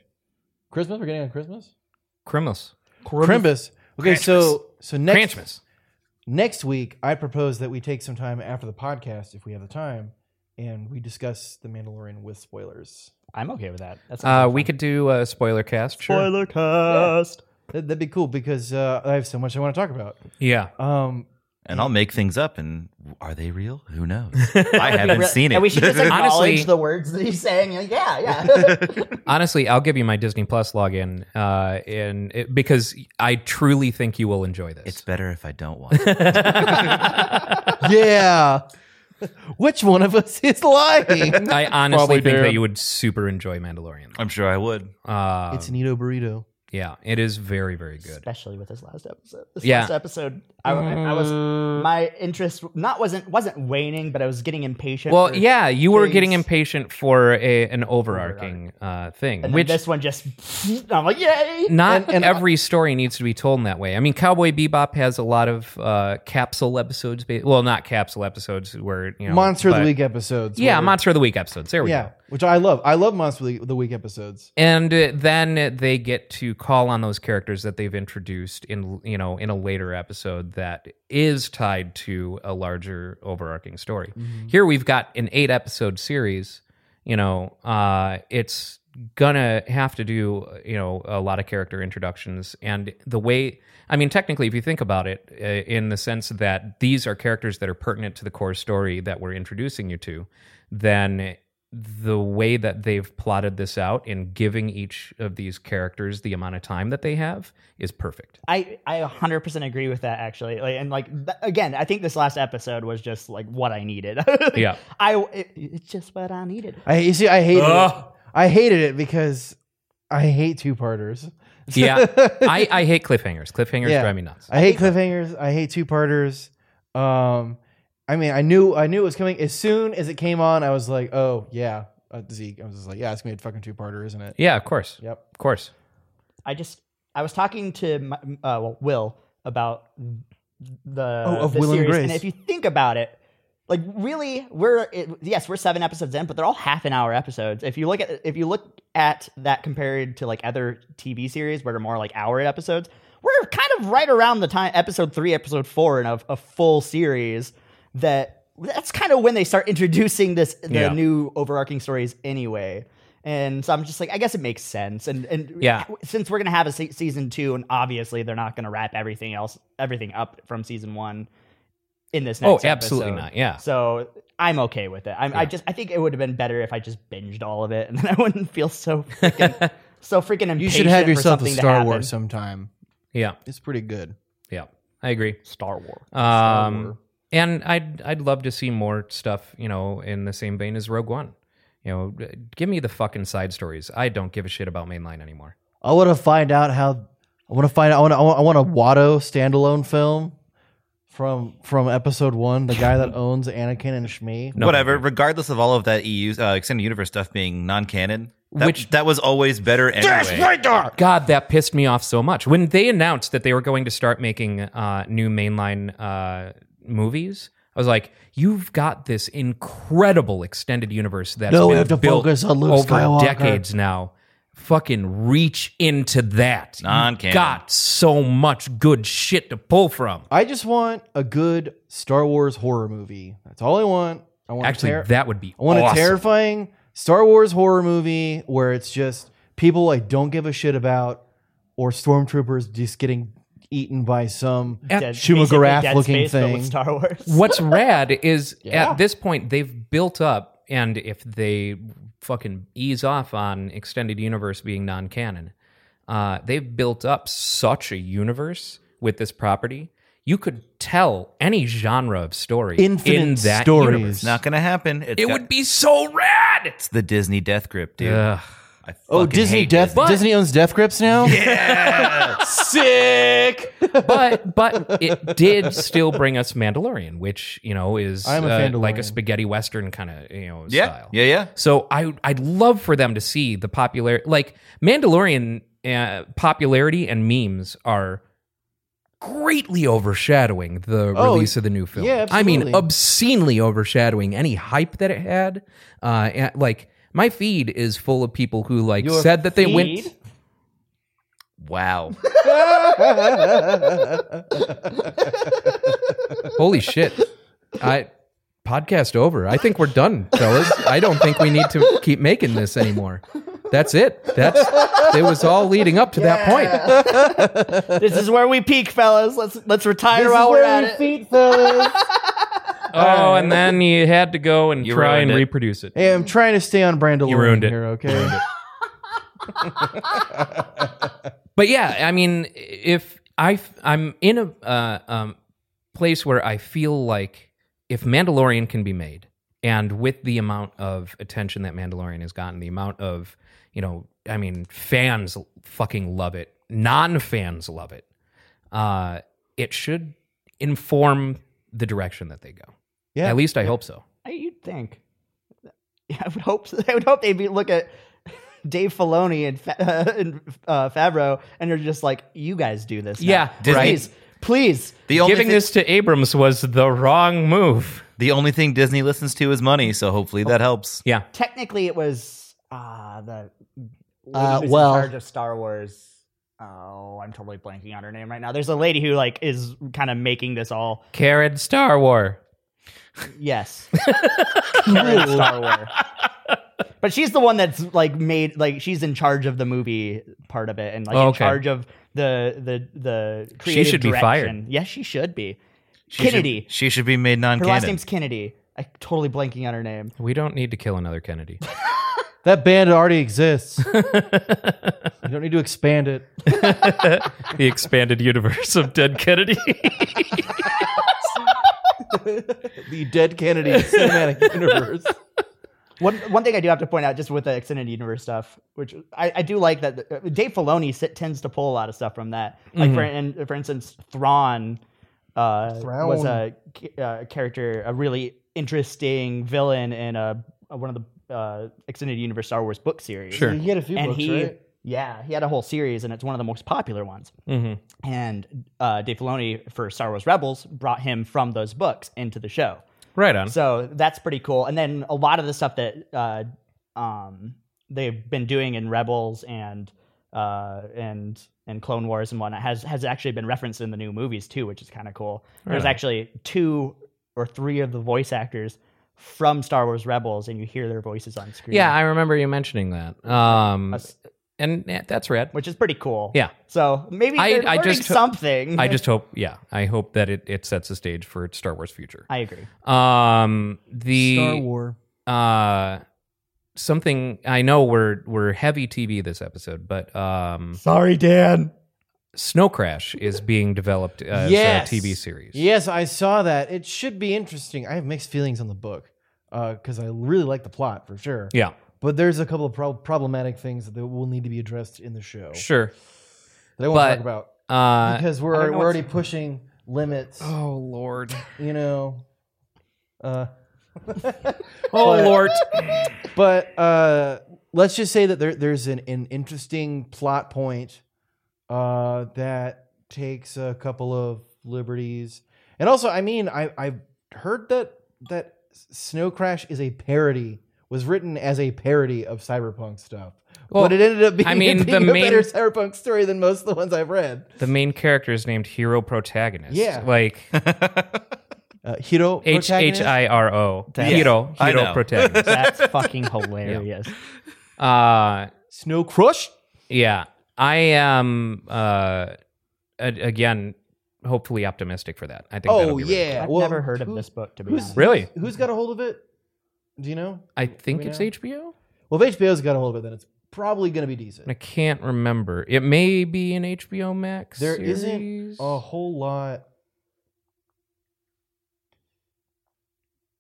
[SPEAKER 6] Christmas. We're getting on Christmas.
[SPEAKER 2] Christmas,
[SPEAKER 6] Crimbus. Okay, so so next
[SPEAKER 2] Christmas.
[SPEAKER 6] next week, I propose that we take some time after the podcast, if we have the time, and we discuss the Mandalorian with spoilers.
[SPEAKER 3] I'm okay with that. That's
[SPEAKER 2] Uh, we could do a spoiler cast. Sure.
[SPEAKER 3] cast.
[SPEAKER 6] That, that'd be cool because uh, I have so much I want to talk about.
[SPEAKER 2] Yeah.
[SPEAKER 6] Um, [LAUGHS]
[SPEAKER 4] And I'll make things up. And are they real? Who knows? I haven't seen it.
[SPEAKER 3] And we should just acknowledge
[SPEAKER 2] Honestly-
[SPEAKER 3] the words that he's saying. Like, yeah, yeah.
[SPEAKER 2] Honestly, I'll give you my Disney Plus login, uh, and it, because I truly think you will enjoy this.
[SPEAKER 4] it's better if I don't watch. [LAUGHS] it.
[SPEAKER 6] yeah. Which one of us is lying?
[SPEAKER 2] [LAUGHS] [LAUGHS] I honestly
[SPEAKER 5] Probably
[SPEAKER 2] think
[SPEAKER 5] do.
[SPEAKER 2] that you would super enjoy Mandalorian.
[SPEAKER 4] I'm sure I would.
[SPEAKER 2] Uh,
[SPEAKER 6] it's Nito Burrito.
[SPEAKER 2] yeah, it is very very good.
[SPEAKER 3] Especially with this last episode. This
[SPEAKER 2] Yeah.
[SPEAKER 3] last episode I, I was my interest not wasn't wasn't waning, but I was getting impatient.
[SPEAKER 2] Well,
[SPEAKER 3] for-
[SPEAKER 2] yeah, you were getting
[SPEAKER 3] things.
[SPEAKER 2] impatient for a, an overarching uh, thing,
[SPEAKER 3] And then
[SPEAKER 2] which
[SPEAKER 3] this one just I'm like, yay!
[SPEAKER 2] not
[SPEAKER 6] And- and-
[SPEAKER 2] every story needs to be told in that way. I mean, Cowboy Bebop has a lot of uh, capsule episodes. Ba- well, not capsule episodes where you know
[SPEAKER 6] Monster of
[SPEAKER 2] but-
[SPEAKER 6] the Week episodes.
[SPEAKER 2] Yeah,
[SPEAKER 6] where-
[SPEAKER 2] Monster of the Week episodes. There we
[SPEAKER 6] Yeah,
[SPEAKER 2] go.
[SPEAKER 6] which I love. I love Monster of the- the Week episodes.
[SPEAKER 2] and uh, then they get to call on those characters that they've introduced in you know in a later episode that is tied to a larger overarching story here we've got an eight episode series you know uh it's gonna have to do you know a lot of character introductions and the way i mean technically if you think about it uh, in the sense that these are characters that are pertinent to the core story that we're introducing you to then the way that they've plotted this out and giving each of these characters the amount of time that they have is perfect.
[SPEAKER 3] I I 100% agree with that actually. Like and like th- again, I think this last episode was just like what I needed. [LAUGHS]
[SPEAKER 2] Yeah.
[SPEAKER 3] I it, it's just what I needed.
[SPEAKER 6] I you see. I hated. It.
[SPEAKER 2] Ugh.
[SPEAKER 6] I hated it because I hate two parters. [LAUGHS]
[SPEAKER 2] Yeah. [LAUGHS] I, I hate cliffhangers. Cliffhangers
[SPEAKER 6] Yeah.
[SPEAKER 2] drive me nuts.
[SPEAKER 6] I hate cliffhangers. I hate two parters. Um, I mean, I knew I knew it was coming as soon as it came on. I was like, oh yeah, uh, Zeke. I was just like, yeah, it's gonna be a fucking two parter, isn't it?
[SPEAKER 2] yeah, of course.
[SPEAKER 6] Yep.
[SPEAKER 2] Of course.
[SPEAKER 3] I just I was talking to my, uh, well, Will about the
[SPEAKER 6] Oh, of
[SPEAKER 3] the
[SPEAKER 6] Will and
[SPEAKER 3] series,
[SPEAKER 6] Grace.
[SPEAKER 3] if you think about it, like really, we're it, yes, we're seven episodes in, but they're all half an hour episodes. If you look at if you look at that compared to like other TV series where they're more like hour episodes, we're kind of right around the time episode three, episode four, and of a full series that. That's kind of when they start introducing this the
[SPEAKER 2] Yeah.
[SPEAKER 3] new overarching stories anyway, and so I'm just like, I guess it makes sense, and and
[SPEAKER 2] Yeah.
[SPEAKER 3] since we're gonna have a se- season two, and obviously they're not gonna wrap everything else, everything up from season one in this.
[SPEAKER 2] Oh,
[SPEAKER 3] Next
[SPEAKER 2] absolutely
[SPEAKER 3] episode.
[SPEAKER 2] not. Yeah.
[SPEAKER 3] So I'm okay with it. I'm, I just I think it would have been better if I just binged all of it, and [LAUGHS] then I wouldn't feel so
[SPEAKER 6] [LAUGHS]
[SPEAKER 3] freaking so freaking impatient.
[SPEAKER 6] You should have
[SPEAKER 3] for
[SPEAKER 6] yourself a
[SPEAKER 3] something to
[SPEAKER 6] Star
[SPEAKER 3] happen.
[SPEAKER 6] Wars sometime.
[SPEAKER 2] Yeah.
[SPEAKER 6] It's pretty good.
[SPEAKER 2] Yeah. I agree.
[SPEAKER 3] Star Wars.
[SPEAKER 2] Um, and I'd I'd love to see more stuff, you know, in the same vein as Rogue One. You know, give me the fucking side stories. I don't give a shit about mainline anymore.
[SPEAKER 6] I want to find out how. I want to find out. I want. I want, I want a Watto standalone film from from episode one. The guy that owns Anakin and Shmi.
[SPEAKER 2] No.
[SPEAKER 4] Whatever. Regardless of all of that EU uh, extended universe stuff being non-canon, that,
[SPEAKER 2] Which-
[SPEAKER 4] that was always better anyway.
[SPEAKER 2] God, that pissed me off so much. When they announced that they were going to start making uh, new mainline uh, movies, I was like, "You've got this incredible extended universe that's
[SPEAKER 6] No, we
[SPEAKER 2] been
[SPEAKER 6] have to
[SPEAKER 2] built
[SPEAKER 6] focus on Luke
[SPEAKER 2] over
[SPEAKER 6] Skywalker."
[SPEAKER 2] decades now. Fucking reach into that. You've
[SPEAKER 4] Non-canon.
[SPEAKER 2] Got so much good shit to pull from.
[SPEAKER 6] I just want a good Star Wars horror movie. That's all I want. I want a
[SPEAKER 2] Actually,
[SPEAKER 6] ter-
[SPEAKER 2] that would be
[SPEAKER 6] I want
[SPEAKER 2] awesome.
[SPEAKER 6] a terrifying Star Wars horror movie where it's just people I don't give a shit about, or stormtroopers just getting eaten by some.
[SPEAKER 3] Dead-
[SPEAKER 6] Shuma
[SPEAKER 3] basically
[SPEAKER 6] Gorath
[SPEAKER 3] Dead
[SPEAKER 6] looking
[SPEAKER 3] Space, but
[SPEAKER 6] thing.
[SPEAKER 3] with Star Wars.
[SPEAKER 2] What's
[SPEAKER 6] [LAUGHS]
[SPEAKER 2] rad is
[SPEAKER 6] Yeah.
[SPEAKER 2] at this point they've built up, and if they fucking ease off on extended universe being non-canon, uh, they've built up such a universe with this property. You could tell any genre of story
[SPEAKER 6] Infinite
[SPEAKER 2] in that
[SPEAKER 6] stories.
[SPEAKER 2] universe.
[SPEAKER 4] Not gonna happen. It's
[SPEAKER 2] It
[SPEAKER 4] got-
[SPEAKER 2] would be so rad.
[SPEAKER 4] It's the Disney death grip, dude.
[SPEAKER 2] Ugh.
[SPEAKER 4] I
[SPEAKER 6] Oh,
[SPEAKER 4] fucking
[SPEAKER 6] Disney
[SPEAKER 4] hate
[SPEAKER 6] Death.
[SPEAKER 2] But-
[SPEAKER 6] Disney owns Death Grips now.
[SPEAKER 2] but but it did still bring us Mandalorian, which you know is
[SPEAKER 6] I'm a
[SPEAKER 2] uh,
[SPEAKER 6] Fandalorian.
[SPEAKER 2] like a spaghetti western kind of you know
[SPEAKER 4] Yeah,
[SPEAKER 2] style.
[SPEAKER 4] yeah, yeah.
[SPEAKER 2] So I I'd love for them to see the popular like Mandalorian uh, popularity and memes are greatly overshadowing the
[SPEAKER 6] Oh,
[SPEAKER 2] release of the new film.
[SPEAKER 6] yeah,
[SPEAKER 2] I mean
[SPEAKER 6] absolutely.
[SPEAKER 2] obscenely overshadowing any hype that it had. Uh, and, like my feed is full of people who like
[SPEAKER 6] Your
[SPEAKER 2] said that they
[SPEAKER 3] feed?
[SPEAKER 2] went.
[SPEAKER 4] Wow.
[SPEAKER 2] [LAUGHS] Holy shit! I podcast over. I think we're done, fellas. I don't think we need to keep making this anymore. That's it. That's it was all leading up to that point.
[SPEAKER 3] this is where we peak, fellas. Let's let's retire
[SPEAKER 6] This is
[SPEAKER 3] while we're
[SPEAKER 6] where
[SPEAKER 3] at
[SPEAKER 6] we
[SPEAKER 3] it.
[SPEAKER 6] feed fellas.
[SPEAKER 2] Oh, and then you had to go and
[SPEAKER 4] You
[SPEAKER 2] try
[SPEAKER 4] ruined
[SPEAKER 2] and
[SPEAKER 4] it.
[SPEAKER 2] reproduce it.
[SPEAKER 6] [LAUGHS] hey, I'm trying to stay on Brandalorian
[SPEAKER 2] You ruined it.
[SPEAKER 6] here. Okay.
[SPEAKER 2] But yeah, I mean, if I I'm in a uh, um, place where I feel like if Mandalorian can be made, and with the amount of attention that Mandalorian has gotten, the amount of you know, I mean, fans fucking love it. Non fans love it. Uh, it should inform the direction that they go.
[SPEAKER 6] [LAUGHS] Yeah.
[SPEAKER 2] At least I hope so.
[SPEAKER 3] I- You'd think. [LAUGHS] I would hope. [LAUGHS] I would hope they'd be look at [LAUGHS] Dave Filoni and, Fa- [LAUGHS] and uh, Favreau, and they're just like, "You guys do this." now.
[SPEAKER 2] Yeah,
[SPEAKER 4] Disney-
[SPEAKER 3] please, please.
[SPEAKER 4] The only
[SPEAKER 2] Giving
[SPEAKER 4] thi-
[SPEAKER 2] this to Abrams was the wrong move.
[SPEAKER 4] the only thing Disney listens to is money, so hopefully that helps.
[SPEAKER 2] Yeah.
[SPEAKER 3] Technically, it was uh, the lady
[SPEAKER 6] Uh,
[SPEAKER 3] who's
[SPEAKER 6] well-
[SPEAKER 3] in charge of Star Wars. Oh, I'm totally blanking on her name right now. There's a lady who like is kind of making this all.
[SPEAKER 2] Karen Star War.
[SPEAKER 3] [LAUGHS] Yes, Karen Star Wars. But she's the one that's like made like she's in charge of the movie part of it and like
[SPEAKER 2] Oh,
[SPEAKER 3] in
[SPEAKER 2] okay.
[SPEAKER 3] charge of the the the
[SPEAKER 2] She
[SPEAKER 3] creative
[SPEAKER 2] should be fired.
[SPEAKER 3] direction. Yes, she should be.
[SPEAKER 4] She
[SPEAKER 3] Kennedy.
[SPEAKER 4] Should, she should be made
[SPEAKER 3] Her last
[SPEAKER 4] non-canon.
[SPEAKER 3] name's Kennedy. I'm totally blanking on her name.
[SPEAKER 2] We don't need to kill another [LAUGHS] Kennedy.
[SPEAKER 6] That band
[SPEAKER 2] [LAUGHS]
[SPEAKER 6] already exists. you don't need to expand it.
[SPEAKER 2] the expanded universe of dead Kennedy.
[SPEAKER 6] The Dead Kennedy [LAUGHS] Cinematic Universe.
[SPEAKER 3] One one thing I do have to point out, just with the extended universe stuff, which I, I do like that uh, Dave Filoni sit, tends to pull a lot of stuff from that. Like for in, for instance, Thrawn, uh, was a ca- uh, character, a really interesting villain in a, uh, one of the uh, extended universe Star Wars book series.
[SPEAKER 2] Sure.
[SPEAKER 6] You get a few
[SPEAKER 3] and
[SPEAKER 6] books,
[SPEAKER 3] he
[SPEAKER 6] right?
[SPEAKER 3] yeah he had a whole series, and it's one of the most popular ones.
[SPEAKER 2] Mhm.
[SPEAKER 3] And uh, Dave Filoni for Star Wars Rebels brought him from those books into the show.
[SPEAKER 2] Right on.
[SPEAKER 3] So that's pretty cool. And then a lot of the stuff that uh, um, they've been doing in Rebels and uh, and and Clone Wars and whatnot has has actually been referenced in the new movies too, which is kind of cool. There's actually two or three of the voice actors from Star Wars Rebels, and you hear their voices on screen.
[SPEAKER 2] Yeah, I remember you mentioning that. Um,
[SPEAKER 3] Us-
[SPEAKER 2] and yeah, that's rad.
[SPEAKER 3] which is pretty cool.
[SPEAKER 2] Yeah.
[SPEAKER 3] So maybe
[SPEAKER 2] I-
[SPEAKER 3] they're
[SPEAKER 2] I
[SPEAKER 3] learning
[SPEAKER 2] just-
[SPEAKER 3] something.
[SPEAKER 2] I just hope, yeah, I hope that it, it sets the stage for its Star Wars future.
[SPEAKER 3] [LAUGHS]
[SPEAKER 2] [LAUGHS]
[SPEAKER 3] I agree.
[SPEAKER 2] Um, the
[SPEAKER 6] Star War.
[SPEAKER 2] uh, something I know we're we're heavy TV this episode, but um,
[SPEAKER 5] Sorry, Dan.
[SPEAKER 2] Snow Crash is being developed as
[SPEAKER 6] Yes.
[SPEAKER 2] a TV series.
[SPEAKER 6] Yes, I saw that. It should be interesting. I have mixed feelings on the book because I really like the plot for sure.
[SPEAKER 2] Yeah,
[SPEAKER 6] But there's a couple of prob- problematic things that will need to be addressed in the show
[SPEAKER 2] sure.
[SPEAKER 6] that I want
[SPEAKER 2] But-
[SPEAKER 6] to talk about
[SPEAKER 2] Uh,
[SPEAKER 6] because
[SPEAKER 3] I
[SPEAKER 6] we're,
[SPEAKER 3] don't
[SPEAKER 6] we're
[SPEAKER 3] know
[SPEAKER 6] already pushing limits.
[SPEAKER 2] oh Lord,
[SPEAKER 6] You know, uh,
[SPEAKER 2] [LAUGHS] oh Lord.
[SPEAKER 6] but uh, let's just say that there, there's an, an interesting plot point uh, that takes a couple of liberties, and also, I mean, I, I've heard that that Snow Crash is a parody, was written as a parody of cyberpunk stuff.
[SPEAKER 2] Well,
[SPEAKER 6] but it ended up being,
[SPEAKER 2] I mean,
[SPEAKER 6] being
[SPEAKER 2] the
[SPEAKER 6] a [LAUGHS]
[SPEAKER 2] main-
[SPEAKER 6] better cyberpunk story than most of the ones I've read.
[SPEAKER 2] the main character is named Hero Protagonist.
[SPEAKER 6] Yeah.
[SPEAKER 2] like
[SPEAKER 6] Uh, Hiro
[SPEAKER 2] H H
[SPEAKER 6] protagonist?
[SPEAKER 2] I R O.
[SPEAKER 3] That's-
[SPEAKER 2] Hero
[SPEAKER 4] I
[SPEAKER 2] Hero
[SPEAKER 4] know.
[SPEAKER 2] Protagonist.
[SPEAKER 3] [LAUGHS] That's fucking hilarious.
[SPEAKER 2] Uh,
[SPEAKER 6] Snow Crush.
[SPEAKER 2] yeah, I am uh, a- again hopefully optimistic for that. I think. that'll
[SPEAKER 6] Oh
[SPEAKER 2] be really
[SPEAKER 6] yeah,
[SPEAKER 3] I've
[SPEAKER 6] Well,
[SPEAKER 3] never heard of
[SPEAKER 6] who-
[SPEAKER 3] this book to be
[SPEAKER 6] Who's
[SPEAKER 3] honest.
[SPEAKER 2] Really?
[SPEAKER 6] Who's got a hold of it? Do you know?
[SPEAKER 2] I think it's
[SPEAKER 6] Yeah.
[SPEAKER 2] HBO.
[SPEAKER 6] Well, if HBO's got a hold of it, then it's probably going to be decent.
[SPEAKER 2] I can't remember. It may be an HBO Max.
[SPEAKER 6] There
[SPEAKER 2] series.
[SPEAKER 6] not a
[SPEAKER 3] oh.
[SPEAKER 6] whole lot.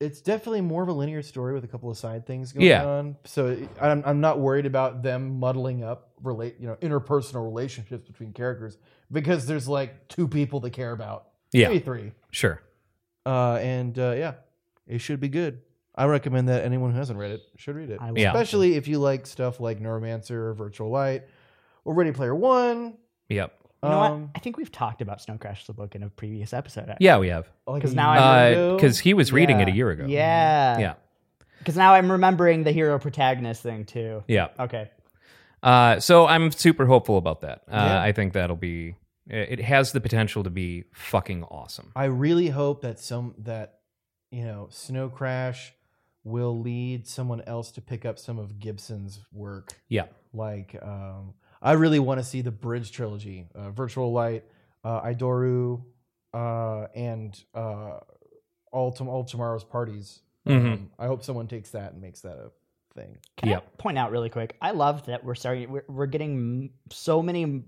[SPEAKER 6] It's definitely more of a linear story with a couple of side things going
[SPEAKER 2] Yeah.
[SPEAKER 6] on. So it- I'm, I'm not worried about them muddling up relate, you know, interpersonal relationships between characters because there's like two people they care about.
[SPEAKER 2] Yeah.
[SPEAKER 6] Maybe three.
[SPEAKER 2] Sure.
[SPEAKER 6] Uh, and uh, yeah, it should be good. I recommend that anyone who hasn't read it should read it,
[SPEAKER 3] I will.
[SPEAKER 2] Yeah.
[SPEAKER 6] especially if you like stuff like Neuromancer, Virtual Light, or Ready Player One.
[SPEAKER 2] Yep.
[SPEAKER 3] You know what?
[SPEAKER 6] Um,
[SPEAKER 3] I think we've talked about Snow Crash the book in a previous episode. actually.
[SPEAKER 2] Yeah, we have.
[SPEAKER 6] like
[SPEAKER 3] 'Cause
[SPEAKER 6] a
[SPEAKER 3] now
[SPEAKER 6] year
[SPEAKER 3] I
[SPEAKER 6] ago.
[SPEAKER 2] Because Uh, he was reading
[SPEAKER 3] Yeah.
[SPEAKER 2] it a year ago.
[SPEAKER 3] Yeah.
[SPEAKER 2] Yeah.
[SPEAKER 3] Because now I'm remembering the hero protagonist thing too.
[SPEAKER 2] Yeah.
[SPEAKER 3] Okay.
[SPEAKER 2] Uh, so I'm super hopeful about that. Uh,
[SPEAKER 6] Yeah.
[SPEAKER 2] I think that'll be. It has the potential to be fucking awesome.
[SPEAKER 6] I really hope that some that you know Snow Crash will lead someone else to pick up some of Gibson's work.
[SPEAKER 2] Yeah.
[SPEAKER 6] Like um, I really want to see the Bridge trilogy, uh, Virtual Light, uh, Idoru, uh, and uh, all tom- all tomorrow's parties.
[SPEAKER 3] Uh-huh.
[SPEAKER 2] Mhm.
[SPEAKER 6] Um, I hope someone takes that and makes that a thing.
[SPEAKER 3] Can
[SPEAKER 2] Yeah.
[SPEAKER 3] I point out really quick? I love that we're starting. We're, we're getting m- so many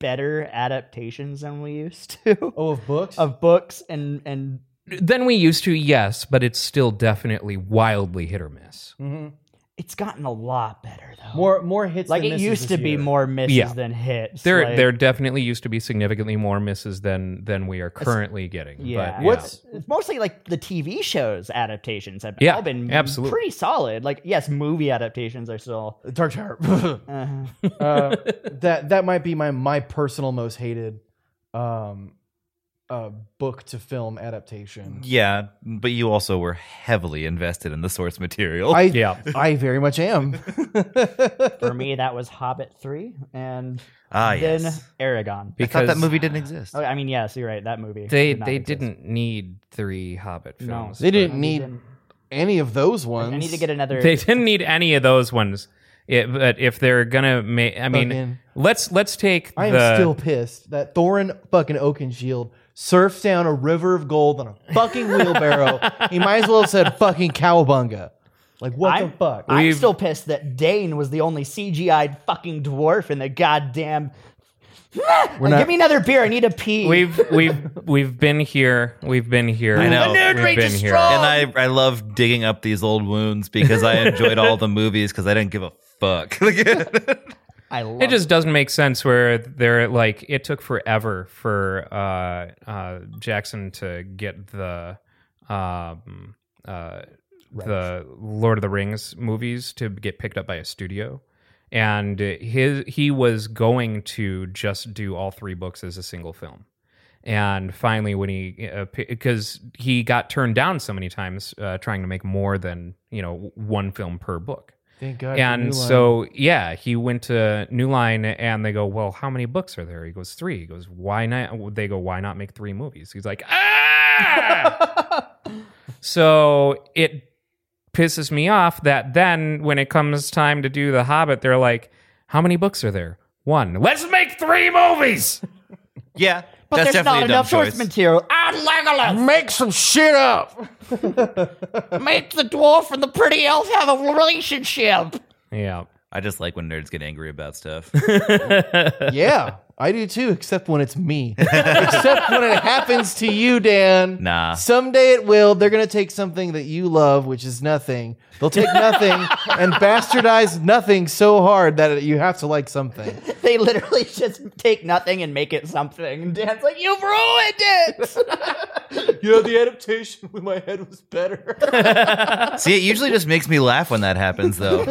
[SPEAKER 3] better adaptations than we used to
[SPEAKER 6] Oh, of books.
[SPEAKER 3] of books and and
[SPEAKER 2] Than we used to, yes, but it's still definitely wildly hit or miss.
[SPEAKER 6] Mhm.
[SPEAKER 3] it's gotten a lot better though.
[SPEAKER 6] More more hits.
[SPEAKER 3] Like
[SPEAKER 6] than
[SPEAKER 3] it
[SPEAKER 6] misses
[SPEAKER 3] used to
[SPEAKER 6] this
[SPEAKER 3] be
[SPEAKER 6] year.
[SPEAKER 3] more misses
[SPEAKER 2] Yeah.
[SPEAKER 3] than hits.
[SPEAKER 2] There,
[SPEAKER 3] like,
[SPEAKER 2] there definitely used to be significantly more misses than than we are currently getting.
[SPEAKER 3] Yeah.
[SPEAKER 2] But,
[SPEAKER 3] What's it's mostly like the TV shows adaptations have
[SPEAKER 2] Yeah,
[SPEAKER 3] all been
[SPEAKER 2] absolutely.
[SPEAKER 3] pretty solid. Like yes, movie adaptations are still. [LAUGHS]
[SPEAKER 6] Dark Tower.
[SPEAKER 3] Uh,
[SPEAKER 6] uh, that that might be my my personal most hated um uh book to film adaptation.
[SPEAKER 4] Yeah, but you also were heavily invested in the source material.
[SPEAKER 6] I
[SPEAKER 2] yeah,
[SPEAKER 6] I very much am.
[SPEAKER 3] for me, that was Hobbit three and
[SPEAKER 4] ah,
[SPEAKER 3] then
[SPEAKER 4] yes.
[SPEAKER 3] Aragon.
[SPEAKER 4] I
[SPEAKER 2] because
[SPEAKER 4] thought that movie didn't exist.
[SPEAKER 3] Oh, I mean, yes, you're right. That movie.
[SPEAKER 2] they
[SPEAKER 3] did not
[SPEAKER 2] they
[SPEAKER 3] exist.
[SPEAKER 2] didn't need three Hobbit
[SPEAKER 3] No.
[SPEAKER 2] films.
[SPEAKER 6] they
[SPEAKER 2] but-
[SPEAKER 6] didn't need
[SPEAKER 3] didn't.
[SPEAKER 6] any of those ones.
[SPEAKER 3] I need to get another.
[SPEAKER 2] They didn't need any of those ones. It, but if they're gonna make, I mean,
[SPEAKER 6] Fucking-
[SPEAKER 2] let's let's take.
[SPEAKER 6] I am
[SPEAKER 2] the,
[SPEAKER 6] still pissed that Thorin fucking Oakenshield surfs down a river of gold on a fucking wheelbarrow. he might as well have said fucking cowabunga. Like what
[SPEAKER 3] I'm,
[SPEAKER 6] the fuck?
[SPEAKER 3] I'm
[SPEAKER 2] We've-
[SPEAKER 3] still pissed that Dane was the only CGI'd fucking dwarf in the goddamn. Like,
[SPEAKER 6] not-
[SPEAKER 3] Give me another beer. I need a pee.
[SPEAKER 6] [LAUGHS]
[SPEAKER 2] We've we've we've been here. We've been here.
[SPEAKER 4] I know.
[SPEAKER 2] We've been here.
[SPEAKER 4] And I, I love digging up these old wounds because I enjoyed all the movies because I didn't give a fuck. [LAUGHS]
[SPEAKER 3] I love
[SPEAKER 2] It just doesn't make sense where they're like it took forever for uh, uh, Jackson to get the um, uh, the Lord of the Rings movies to get picked up by a studio, and his he was going to just do all three books as a single film. And finally, when he because he got turned down so many times uh, trying to make more than you know one film per book
[SPEAKER 6] Thank God. for New
[SPEAKER 2] and
[SPEAKER 6] Line.
[SPEAKER 2] so yeah he went to new line and they go well how many books are there he goes three he goes why not they go why not make three movies he's like ah
[SPEAKER 6] [LAUGHS]
[SPEAKER 2] so it pisses me off that then when it comes time to do the hobbit they're like how many books are there one let's make three movies
[SPEAKER 4] yeah,
[SPEAKER 3] But
[SPEAKER 4] that's
[SPEAKER 3] there's
[SPEAKER 4] definitely a dumb
[SPEAKER 3] not enough source
[SPEAKER 4] choice.
[SPEAKER 3] material. [LAUGHS] I'm Legolas.
[SPEAKER 5] Make some shit
[SPEAKER 6] [LAUGHS]
[SPEAKER 5] up.
[SPEAKER 8] Make the dwarf and the pretty elf have a relationship.
[SPEAKER 2] yeah
[SPEAKER 4] I just like when nerds get angry about stuff.
[SPEAKER 6] yeah, I do too, except when it's me. except when it happens to you, Dan.
[SPEAKER 4] Nah.
[SPEAKER 6] Someday it will. They're going to take something that you love, which is nothing. They'll take nothing and bastardize nothing so hard that you have to like something.
[SPEAKER 3] They literally just take nothing and make it something. And Dan's like, you've ruined it.
[SPEAKER 6] You know, the adaptation with my head was better.
[SPEAKER 4] See, it usually just makes me laugh when that happens,
[SPEAKER 2] [LAUGHS]
[SPEAKER 4] though.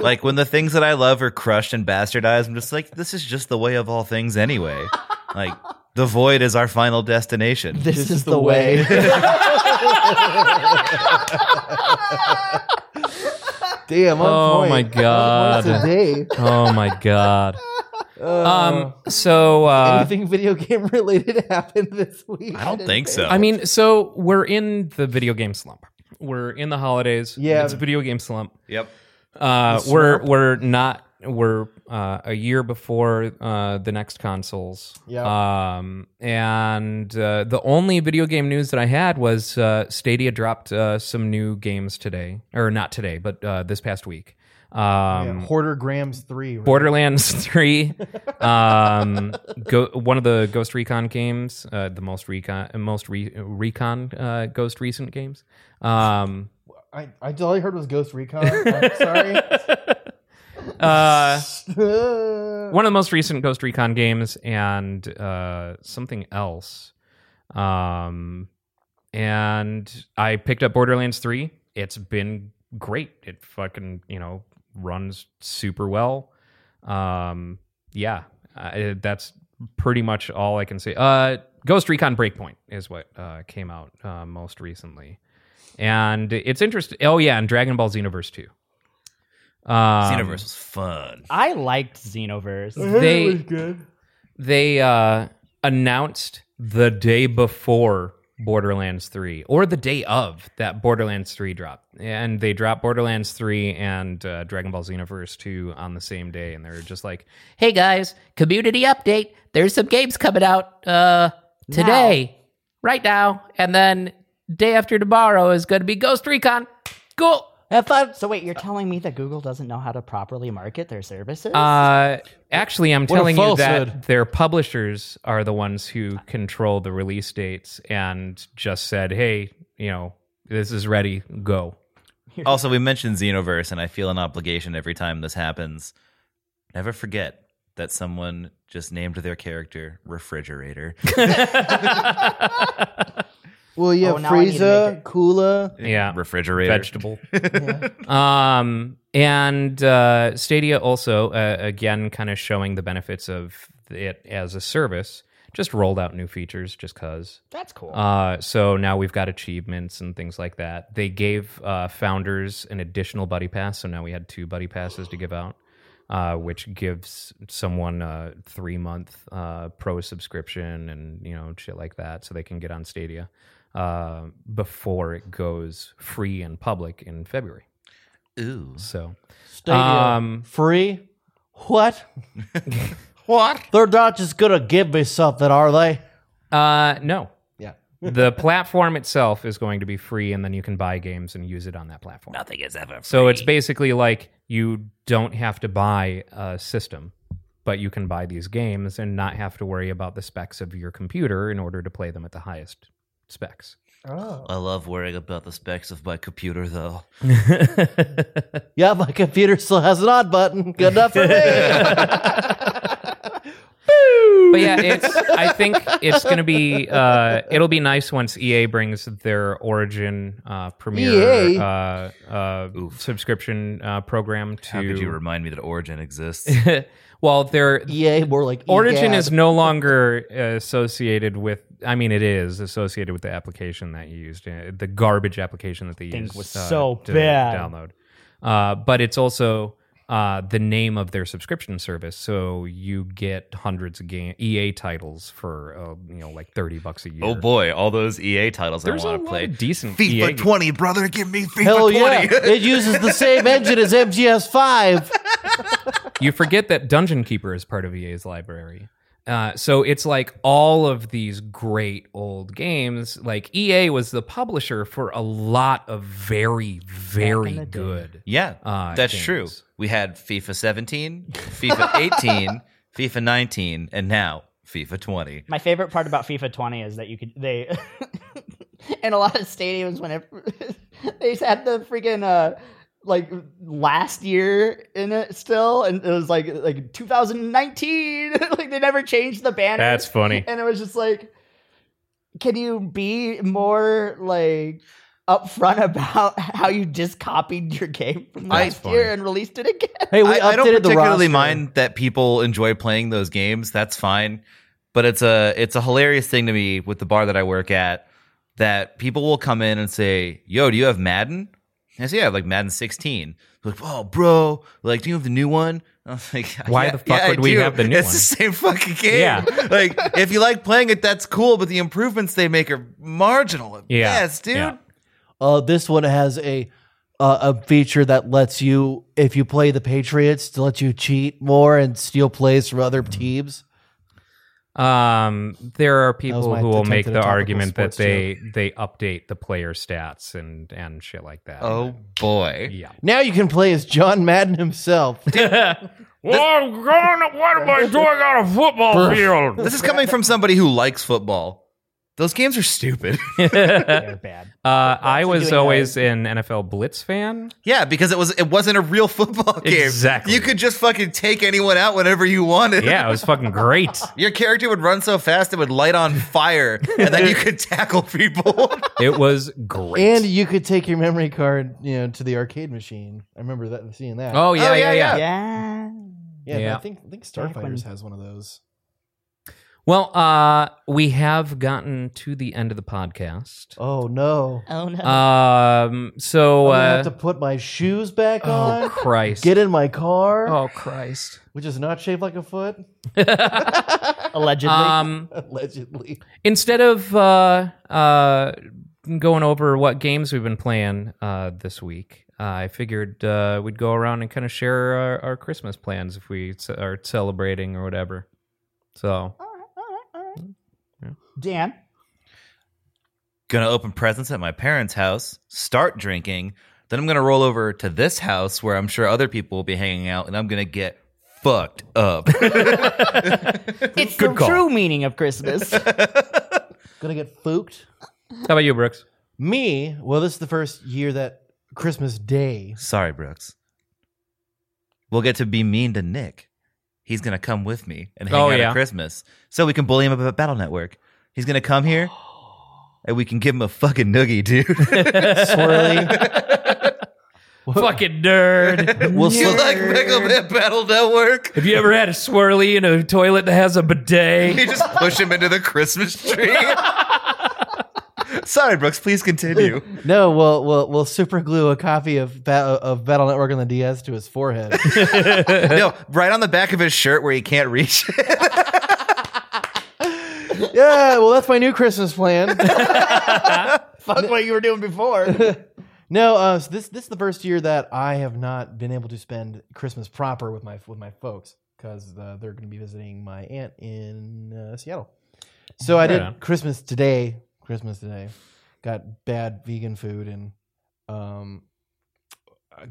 [SPEAKER 4] like when the things that I love are crushed and bastardized, I'm just like, this is just the way of all things anyway. Like, the void is our final destination.
[SPEAKER 3] this, is, the way.
[SPEAKER 6] [LAUGHS] Damn, on
[SPEAKER 2] Oh
[SPEAKER 6] point.
[SPEAKER 2] my
[SPEAKER 6] On point
[SPEAKER 2] God.
[SPEAKER 6] Today.
[SPEAKER 2] oh my god
[SPEAKER 6] Uh,
[SPEAKER 2] um so uh
[SPEAKER 6] anything video game related [LAUGHS] happened this week?
[SPEAKER 4] I don't think so.
[SPEAKER 2] I mean, so we're in the video game slump. We're in the holidays.
[SPEAKER 6] Yeah.
[SPEAKER 2] it's a video game slump.
[SPEAKER 4] yep.
[SPEAKER 2] Uh, we're we're not we're uh, a year before uh, the next consoles.
[SPEAKER 6] Yeah.
[SPEAKER 2] Um, and uh, the only video game news that I had was uh, Stadia dropped uh, some new games today, or not today, but uh, this past week. Um,
[SPEAKER 6] Yeah, Hoarder Grams 3. Right?
[SPEAKER 2] Borderlands [LAUGHS] Three, um, go, one of the Ghost Recon games, uh, the most recon, most re, recon uh, Ghost recent games. Um,
[SPEAKER 6] I, I, all I heard was Ghost Recon. [LAUGHS] I'm sorry.
[SPEAKER 2] [LAUGHS]
[SPEAKER 6] [LAUGHS]
[SPEAKER 2] uh,
[SPEAKER 6] Uh,
[SPEAKER 2] one of the most recent Ghost Recon games, and uh, something else. Um, and I picked up Borderlands Three. It's been great. It fucking you know runs super well. Um, yeah, I, that's pretty much all I can say. Uh, Ghost Recon Breakpoint is what uh, came out uh, most recently, and it's interesting. Oh yeah, and Dragon Ball Xenoverse Two. Um,
[SPEAKER 4] Xenoverse was
[SPEAKER 2] [LAUGHS]
[SPEAKER 4] fun.
[SPEAKER 3] I liked Xenoverse.
[SPEAKER 2] They they uh, announced the day before Borderlands 3 or the day of that Borderlands 3 drop. And they dropped Borderlands 3 and uh, Dragon Ball Xenoverse 2 on the same day. And they're just like,
[SPEAKER 8] Hey guys, community update. There's some games coming out uh today, right now, and then day after tomorrow is going to be Ghost Recon. Cool.
[SPEAKER 3] Have fun. So wait, you're telling me that Google doesn't know how to properly market their services?
[SPEAKER 2] uh, actually, I'm
[SPEAKER 6] a
[SPEAKER 2] telling you
[SPEAKER 6] falsehood.
[SPEAKER 2] that their publishers are the ones who control the release dates and just said, hey, you know, this is ready, go.
[SPEAKER 3] Here.
[SPEAKER 4] Also, we mentioned Xenoverse, and I feel an obligation every time this happens. Never forget that someone just named their character Refrigerator.
[SPEAKER 6] Well, you
[SPEAKER 3] Oh,
[SPEAKER 6] have
[SPEAKER 3] now I need to
[SPEAKER 6] Frieza,
[SPEAKER 3] make it.
[SPEAKER 6] Coola.
[SPEAKER 2] [LAUGHS] Yeah.
[SPEAKER 4] Refrigerator.
[SPEAKER 2] vegetable. um, and uh, Stadia also, uh, again, kind of showing the benefits of it as a service, just rolled out new features just because.
[SPEAKER 3] That's cool.
[SPEAKER 2] Uh, so now we've got achievements and things like that. They gave uh, founders an additional buddy pass, so now we had two buddy passes to give out, uh, which gives someone a three month uh, pro subscription and you know shit like that, so they can get on Stadia uh, before it goes free and public in February.
[SPEAKER 4] Ooh.
[SPEAKER 2] So
[SPEAKER 6] Stadia.
[SPEAKER 2] Um,
[SPEAKER 6] Free? [LAUGHS] What?
[SPEAKER 4] What?
[SPEAKER 6] They're not just gonna give me something, are they?
[SPEAKER 2] uh, no.
[SPEAKER 6] Yeah.
[SPEAKER 2] the platform itself is going to be free, and then you can buy games and use it on that platform.
[SPEAKER 8] Nothing is ever.
[SPEAKER 2] So it's basically like you don't have to buy a system, but you can buy these games and not have to worry about the specs of your computer in order to play them at the highest specs.
[SPEAKER 3] oh.
[SPEAKER 4] I love worrying about the specs of my computer, though.
[SPEAKER 6] Yeah, my computer still has an odd button. Good enough for [LAUGHS] me.
[SPEAKER 2] But yeah, it's I think it's going to be uh, it'll be nice once EA brings their Origin uh, Premier
[SPEAKER 6] EA?
[SPEAKER 2] uh, uh,
[SPEAKER 4] Oof.
[SPEAKER 2] subscription uh, program to
[SPEAKER 4] How could you remind me that Origin
[SPEAKER 2] [LAUGHS]
[SPEAKER 4] exists?
[SPEAKER 2] well they're
[SPEAKER 6] EA, more E like
[SPEAKER 2] Origin
[SPEAKER 6] EGAD.
[SPEAKER 2] is no longer uh, associated with. I mean, it is associated with the application that you used, uh, the garbage application that they
[SPEAKER 3] Thing
[SPEAKER 2] used. uh,
[SPEAKER 3] was so bad.
[SPEAKER 2] Download, uh, but it's also uh, the name of their subscription service. So you get hundreds of game EA titles for uh, you know like thirty bucks a year.
[SPEAKER 4] oh boy, all those EA titles
[SPEAKER 2] there's
[SPEAKER 4] I
[SPEAKER 2] a
[SPEAKER 4] want
[SPEAKER 2] lot
[SPEAKER 4] to play.
[SPEAKER 2] of decent EA
[SPEAKER 5] FIFA
[SPEAKER 2] games.
[SPEAKER 5] 20, brother. Give me FIFA
[SPEAKER 6] Hell
[SPEAKER 5] 20.
[SPEAKER 6] yeah! it uses
[SPEAKER 2] [LAUGHS]
[SPEAKER 6] the same engine as MGS Five.
[SPEAKER 2] you forget that Dungeon Keeper is part of EA's library. Uh, so it's like all of these great old games. Like EA was the publisher for a lot of very, very
[SPEAKER 3] the day.
[SPEAKER 2] good.
[SPEAKER 4] Yeah,
[SPEAKER 2] Uh,
[SPEAKER 4] that's
[SPEAKER 2] games.
[SPEAKER 4] true. We had FIFA 17, FIFA
[SPEAKER 2] [LAUGHS]
[SPEAKER 4] 18, FIFA 19, and now FIFA 20.
[SPEAKER 3] My favorite part about FIFA 20 is that you could they [LAUGHS] in a lot of stadiums whenever [LAUGHS] they had the freaking uh like last year in it still and it was like like 2019 [LAUGHS] like they never changed the banner.
[SPEAKER 2] That's funny.
[SPEAKER 3] and it was just like can you be more like upfront about [LAUGHS] how you just copied your game from
[SPEAKER 2] That's
[SPEAKER 3] last year
[SPEAKER 2] funny.
[SPEAKER 3] and released it again?
[SPEAKER 6] Hey, we
[SPEAKER 4] I, I don't
[SPEAKER 6] updated the
[SPEAKER 4] particularly
[SPEAKER 6] roster.
[SPEAKER 4] mind that people enjoy playing those games. That's fine, but it's a it's a hilarious thing to me with the bar that I work at that people will come in and say, "Yo, do you have Madden?" And I say, "Yeah, I have, like Madden 16." Like, "Oh, bro, like, do you have the new one?" I was like, [LAUGHS]
[SPEAKER 2] Why
[SPEAKER 4] "Yeah,
[SPEAKER 2] the fuck
[SPEAKER 4] yeah, I
[SPEAKER 2] would we
[SPEAKER 4] do.
[SPEAKER 2] have the new
[SPEAKER 4] it's
[SPEAKER 2] one?"
[SPEAKER 4] the same fucking game. [LAUGHS]
[SPEAKER 2] Yeah.
[SPEAKER 4] like, if you like playing it, that's cool, but the improvements they make are marginal. at
[SPEAKER 2] Yeah.
[SPEAKER 4] best, dude.
[SPEAKER 2] Yeah.
[SPEAKER 6] Uh, this one has a uh, a feature that lets you, if you play the Patriots, to let you cheat more and steal plays from other teams.
[SPEAKER 2] Um, there are people
[SPEAKER 6] my
[SPEAKER 2] who will
[SPEAKER 6] attempt
[SPEAKER 2] make
[SPEAKER 6] at a
[SPEAKER 2] the
[SPEAKER 6] topical
[SPEAKER 2] argument that
[SPEAKER 6] sports
[SPEAKER 2] they they update the player stats and and shit like that.
[SPEAKER 4] Oh boy.
[SPEAKER 2] yeah.
[SPEAKER 6] Now you can play as John Madden himself.
[SPEAKER 2] [LAUGHS] Well, I'm going. What am I doing on a [LAUGHS] football field?
[SPEAKER 4] This is coming from somebody who likes football. Those games are stupid. [LAUGHS]
[SPEAKER 3] They're bad.
[SPEAKER 2] Uh, I was
[SPEAKER 3] doing
[SPEAKER 2] always an NFL Blitz fan.
[SPEAKER 4] yeah, because it was it wasn't a real [LAUGHS] football game.
[SPEAKER 2] Exactly.
[SPEAKER 4] You could just fucking take anyone out whenever you wanted.
[SPEAKER 2] Yeah, it was fucking great.
[SPEAKER 4] Your character would run so fast it would light on fire, and then you could tackle people. [LAUGHS]
[SPEAKER 2] It was great.
[SPEAKER 6] And you could take your memory card, you know, to the arcade machine. I remember that seeing that.
[SPEAKER 2] oh yeah,
[SPEAKER 4] Oh,
[SPEAKER 2] yeah,
[SPEAKER 4] yeah,
[SPEAKER 2] yeah.
[SPEAKER 4] yeah.
[SPEAKER 3] Yeah.
[SPEAKER 6] yeah,
[SPEAKER 2] yeah.
[SPEAKER 6] I think I think
[SPEAKER 3] Back when-
[SPEAKER 6] Starfighters has one of those.
[SPEAKER 2] Well, uh, we have gotten to the end of the podcast.
[SPEAKER 6] Oh no!
[SPEAKER 3] Oh no.
[SPEAKER 2] Um, so
[SPEAKER 6] I'm gonna
[SPEAKER 2] uh,
[SPEAKER 6] Oh, have to put my shoes back
[SPEAKER 2] oh
[SPEAKER 6] on.
[SPEAKER 2] Christ,
[SPEAKER 6] Get in my car,
[SPEAKER 2] Oh Christ.
[SPEAKER 6] which is not shaped like a foot, [LAUGHS]
[SPEAKER 3] Allegedly.
[SPEAKER 2] Um,
[SPEAKER 6] allegedly.
[SPEAKER 2] instead of uh, uh, going over what games we've been playing uh, this week, uh, I figured uh, we'd go around and kind of share our, our Christmas plans if we ce- are celebrating or whatever. So
[SPEAKER 3] All right, all right, all right. Dan,
[SPEAKER 4] gonna open presents at my parents' house, start drinking, then I'm gonna roll over to this house where I'm sure other people will be hanging out, and I'm gonna get fucked up. [LAUGHS]
[SPEAKER 3] it's the true meaning of [LAUGHS] Christmas.
[SPEAKER 6] Gonna get fooked.
[SPEAKER 2] how about you, Brooks?
[SPEAKER 6] Me, well, this is the first year that Christmas
[SPEAKER 2] [LAUGHS]
[SPEAKER 6] Day.
[SPEAKER 4] Sorry, Brooks. We'll get to be mean to Nick. He's gonna come with me and hang
[SPEAKER 2] Oh,
[SPEAKER 4] out
[SPEAKER 2] yeah.
[SPEAKER 4] at Christmas, so we can bully him up about Battle Network. He's gonna come
[SPEAKER 3] [GASPS]
[SPEAKER 4] here, and we can give him a fucking noogie, dude. [LAUGHS]
[SPEAKER 6] Swirly.
[SPEAKER 2] Fucking nerd.
[SPEAKER 4] [LAUGHS] we'll you like Pickle
[SPEAKER 3] [LAUGHS]
[SPEAKER 4] at Battle Network?
[SPEAKER 2] Have you ever had a swirly in a toilet that has a [LAUGHS]
[SPEAKER 4] You
[SPEAKER 2] bidet?
[SPEAKER 4] just push him into the Christmas
[SPEAKER 3] [LAUGHS]
[SPEAKER 4] tree. Sorry, Brooks. Please
[SPEAKER 3] [LAUGHS]
[SPEAKER 4] continue.
[SPEAKER 6] no, we'll we'll we'll super glue a copy of ba- of Battle Network on the DS to
[SPEAKER 2] [LAUGHS]
[SPEAKER 6] his forehead.
[SPEAKER 4] no, right on the back of his shirt where he can't reach.
[SPEAKER 6] yeah, well, that's my new Christmas plan. [LAUGHS]
[SPEAKER 3] Fuck what you were doing before.
[SPEAKER 6] No, uh, so this this is the first year that I have not been able to spend Christmas proper with my with my folks because uh, they're going to be visiting my aunt in uh, Seattle. So I
[SPEAKER 2] Right
[SPEAKER 6] did
[SPEAKER 2] on.
[SPEAKER 6] Christmas today. Christmas today, got bad vegan food and um,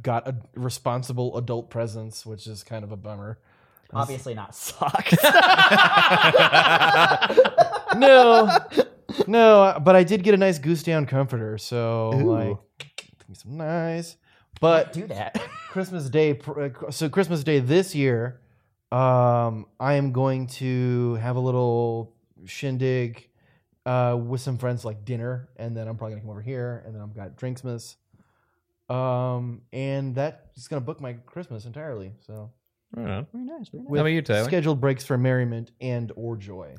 [SPEAKER 6] got a responsible adult presents, which is kind of a bummer.
[SPEAKER 3] [LAUGHS] Obviously not [LAUGHS] socks.
[SPEAKER 6] no, no, but I did get a nice goose down comforter, so like, give me some nice. But
[SPEAKER 3] Do that.
[SPEAKER 6] Christmas Day. pr- uh, cr- So Christmas Day this year, um, I am going to have a little shindig uh, with some friends, like dinner, and then I'm probably gonna come over here, and then I've got drinksmas, um, and that is gonna book my Christmas entirely. So
[SPEAKER 2] How
[SPEAKER 6] very nice, very nice.
[SPEAKER 2] about you, Tyler?
[SPEAKER 6] scheduled breaks for merriment and or joy.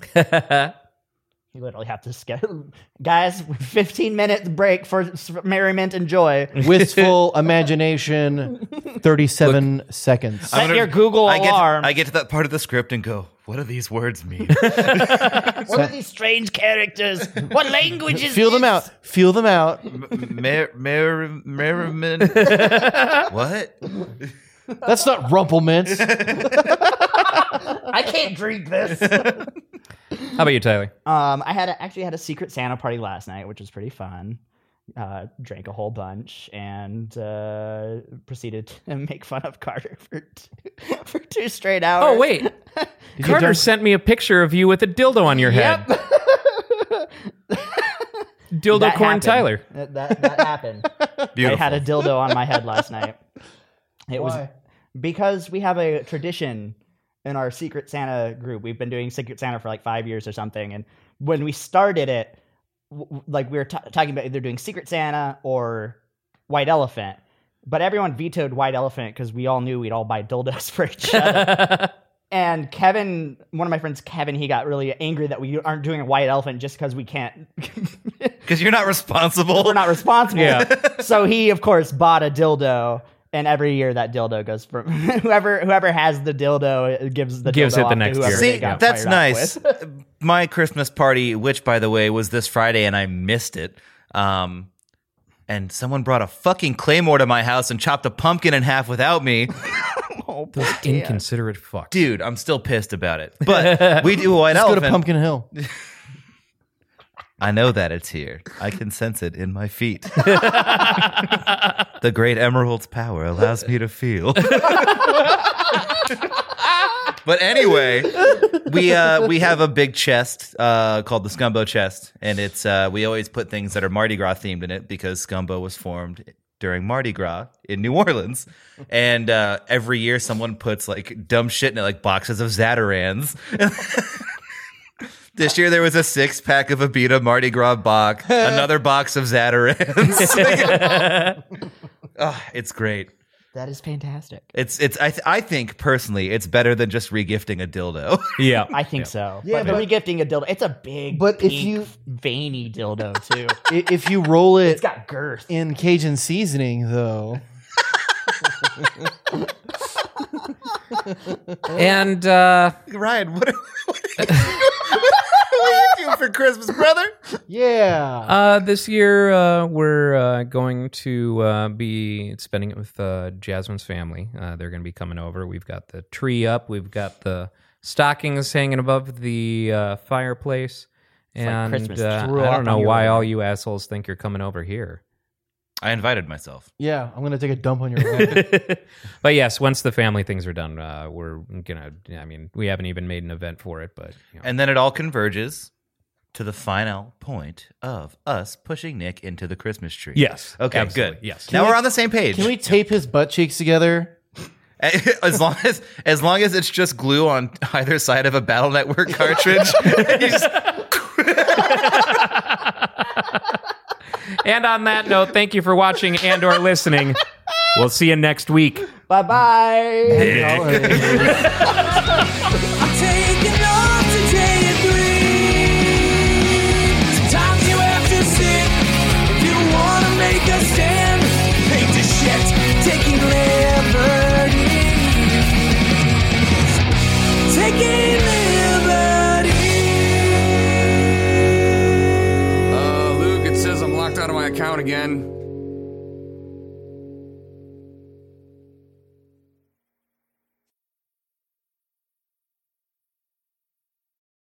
[SPEAKER 3] You literally have to schedule. Guys, 15 minute break for s- merriment and joy.
[SPEAKER 4] [LAUGHS]
[SPEAKER 6] Wistful imagination, thirty-seven seconds.
[SPEAKER 4] I'm
[SPEAKER 3] Set
[SPEAKER 4] gonna-
[SPEAKER 3] your Google
[SPEAKER 4] I get,
[SPEAKER 3] alarm.
[SPEAKER 4] I get to that part of the script and go, what do these words mean?
[SPEAKER 3] what are these strange characters? What [LAUGHS] language is
[SPEAKER 6] Feel them
[SPEAKER 3] this?
[SPEAKER 6] out. Feel them out.
[SPEAKER 4] Mer- mer- merriman. [LAUGHS] what?
[SPEAKER 6] That's not rumplements.
[SPEAKER 3] I can't drink this.
[SPEAKER 2] [LAUGHS]
[SPEAKER 3] [LAUGHS]
[SPEAKER 2] How about you, Tyler?
[SPEAKER 3] Um, I had a, actually had a secret Santa party last night, which was pretty fun. Uh, drank a whole bunch and uh, proceeded [LAUGHS] to make fun of Carter for two, [LAUGHS] for two straight hours.
[SPEAKER 2] Oh wait, Carter
[SPEAKER 6] dunk-
[SPEAKER 2] sent me a picture of you with a dildo on your head. dildo
[SPEAKER 3] That
[SPEAKER 2] corn
[SPEAKER 3] happened.
[SPEAKER 2] Tyler.
[SPEAKER 3] That, that, that
[SPEAKER 2] [LAUGHS]
[SPEAKER 3] happened. I
[SPEAKER 4] Beautiful.
[SPEAKER 3] had a dildo on my head last night. It was
[SPEAKER 6] Why?
[SPEAKER 3] because we have a tradition in our Secret Santa group. We've been doing Secret Santa for like five years or something, and when we started it, w- w- like we were ta talking about either doing Secret Santa or White Elephant, but everyone vetoed White Elephant because we all knew we'd all buy dildos [LAUGHS] for each other. And Kevin, one of my friends, Kevin, he got really angry that we aren't doing a white elephant just because we can't [LAUGHS]
[SPEAKER 4] Because you're not responsible.
[SPEAKER 3] we're not responsible. [LAUGHS] so he, of course, bought a dildo, and every year that dildo goes from [LAUGHS] whoever whoever has the dildo gives the
[SPEAKER 2] Gives
[SPEAKER 3] dildo
[SPEAKER 2] it the
[SPEAKER 3] off to
[SPEAKER 2] next
[SPEAKER 3] whoever
[SPEAKER 2] year.
[SPEAKER 3] they
[SPEAKER 4] See,
[SPEAKER 3] got
[SPEAKER 4] that's
[SPEAKER 3] fired off
[SPEAKER 4] nice.
[SPEAKER 3] with.
[SPEAKER 4] [LAUGHS] My Christmas party, which by the way was this Friday, and I missed it. Um, and someone brought a fucking claymore to my house and chopped a pumpkin in half without me.
[SPEAKER 2] Those inconsiderate fucks.
[SPEAKER 4] Dude, I'm still pissed about it.
[SPEAKER 3] [LAUGHS]
[SPEAKER 4] But we do a white
[SPEAKER 6] Let's go to
[SPEAKER 4] elephant.
[SPEAKER 6] Pumpkin
[SPEAKER 4] [LAUGHS]
[SPEAKER 6] Hill.
[SPEAKER 4] I know that it's here. I can sense it in my feet. the great emerald's power allows me to feel. but anyway, we uh, we have a big chest uh, called the Scumbo chest, and it's uh, we always put things that are Mardi Gras themed in it because Scumbo was formed during Mardi Gras in New Orleans, and uh, every year someone puts like dumb shit in it, like boxes of Zatarans. This year there was a six pack of Abita Mardi Gras
[SPEAKER 2] [LAUGHS]
[SPEAKER 4] Bach, another box of Zatarans. oh, it's great.
[SPEAKER 3] That is fantastic.
[SPEAKER 4] It's it's I th- I think personally it's better than just regifting a dildo. [LAUGHS]
[SPEAKER 2] Yeah.
[SPEAKER 3] I think so.
[SPEAKER 6] Yeah,
[SPEAKER 3] but,
[SPEAKER 6] but-
[SPEAKER 3] regifting a dildo, it's a big,
[SPEAKER 6] But if
[SPEAKER 3] pink,
[SPEAKER 6] you-
[SPEAKER 3] veiny dildo
[SPEAKER 6] [LAUGHS]
[SPEAKER 3] too.
[SPEAKER 6] I- if you roll it
[SPEAKER 3] it's got girth.
[SPEAKER 6] in Cajun seasoning, though,
[SPEAKER 2] And uh,
[SPEAKER 4] Ryan, what are, what are you- [LAUGHS] what are you doing for Christmas, brother?
[SPEAKER 6] yeah,
[SPEAKER 2] uh, this year uh, we're uh, going to uh, be spending it with uh, Jasmine's family. Uh, they're going to be coming over. We've got the tree up. We've got the stockings hanging above the uh, fireplace.
[SPEAKER 3] like
[SPEAKER 2] and
[SPEAKER 3] Christmas
[SPEAKER 2] uh,
[SPEAKER 6] threw
[SPEAKER 2] I
[SPEAKER 6] up
[SPEAKER 2] don't
[SPEAKER 6] on
[SPEAKER 2] know
[SPEAKER 6] your
[SPEAKER 2] why
[SPEAKER 6] own.
[SPEAKER 2] all you assholes think you're coming over here. [LAUGHS]
[SPEAKER 4] I invited myself.
[SPEAKER 6] yeah. I'm gonna take a dump on your
[SPEAKER 4] [LAUGHS]
[SPEAKER 6] lap.
[SPEAKER 2] but yes, once the family things are done, uh, we're gonna. I mean, we haven't even made an event for it, but you know.
[SPEAKER 4] And then it all converges to the final point of us pushing Nick into the Christmas tree.
[SPEAKER 2] Yes.
[SPEAKER 4] Okay,
[SPEAKER 2] Absolutely,
[SPEAKER 4] good.
[SPEAKER 2] yes.
[SPEAKER 4] Now
[SPEAKER 6] we-
[SPEAKER 4] we're on the same page.
[SPEAKER 6] Can we tape his butt cheeks together?
[SPEAKER 4] [LAUGHS] As long as as long as it's just glue on either side of a Battle Network cartridge, [LAUGHS] you just-
[SPEAKER 2] And on that note, thank you for watching and or listening. We'll see you next week.
[SPEAKER 3] Bye bye.
[SPEAKER 9] Taking off today at three. Sometimes you have to sit if you wanna make a stand. Take the shit, taking liberties. Taking liberties.
[SPEAKER 10] Uh, Luke, it says I'm locked out of my account again.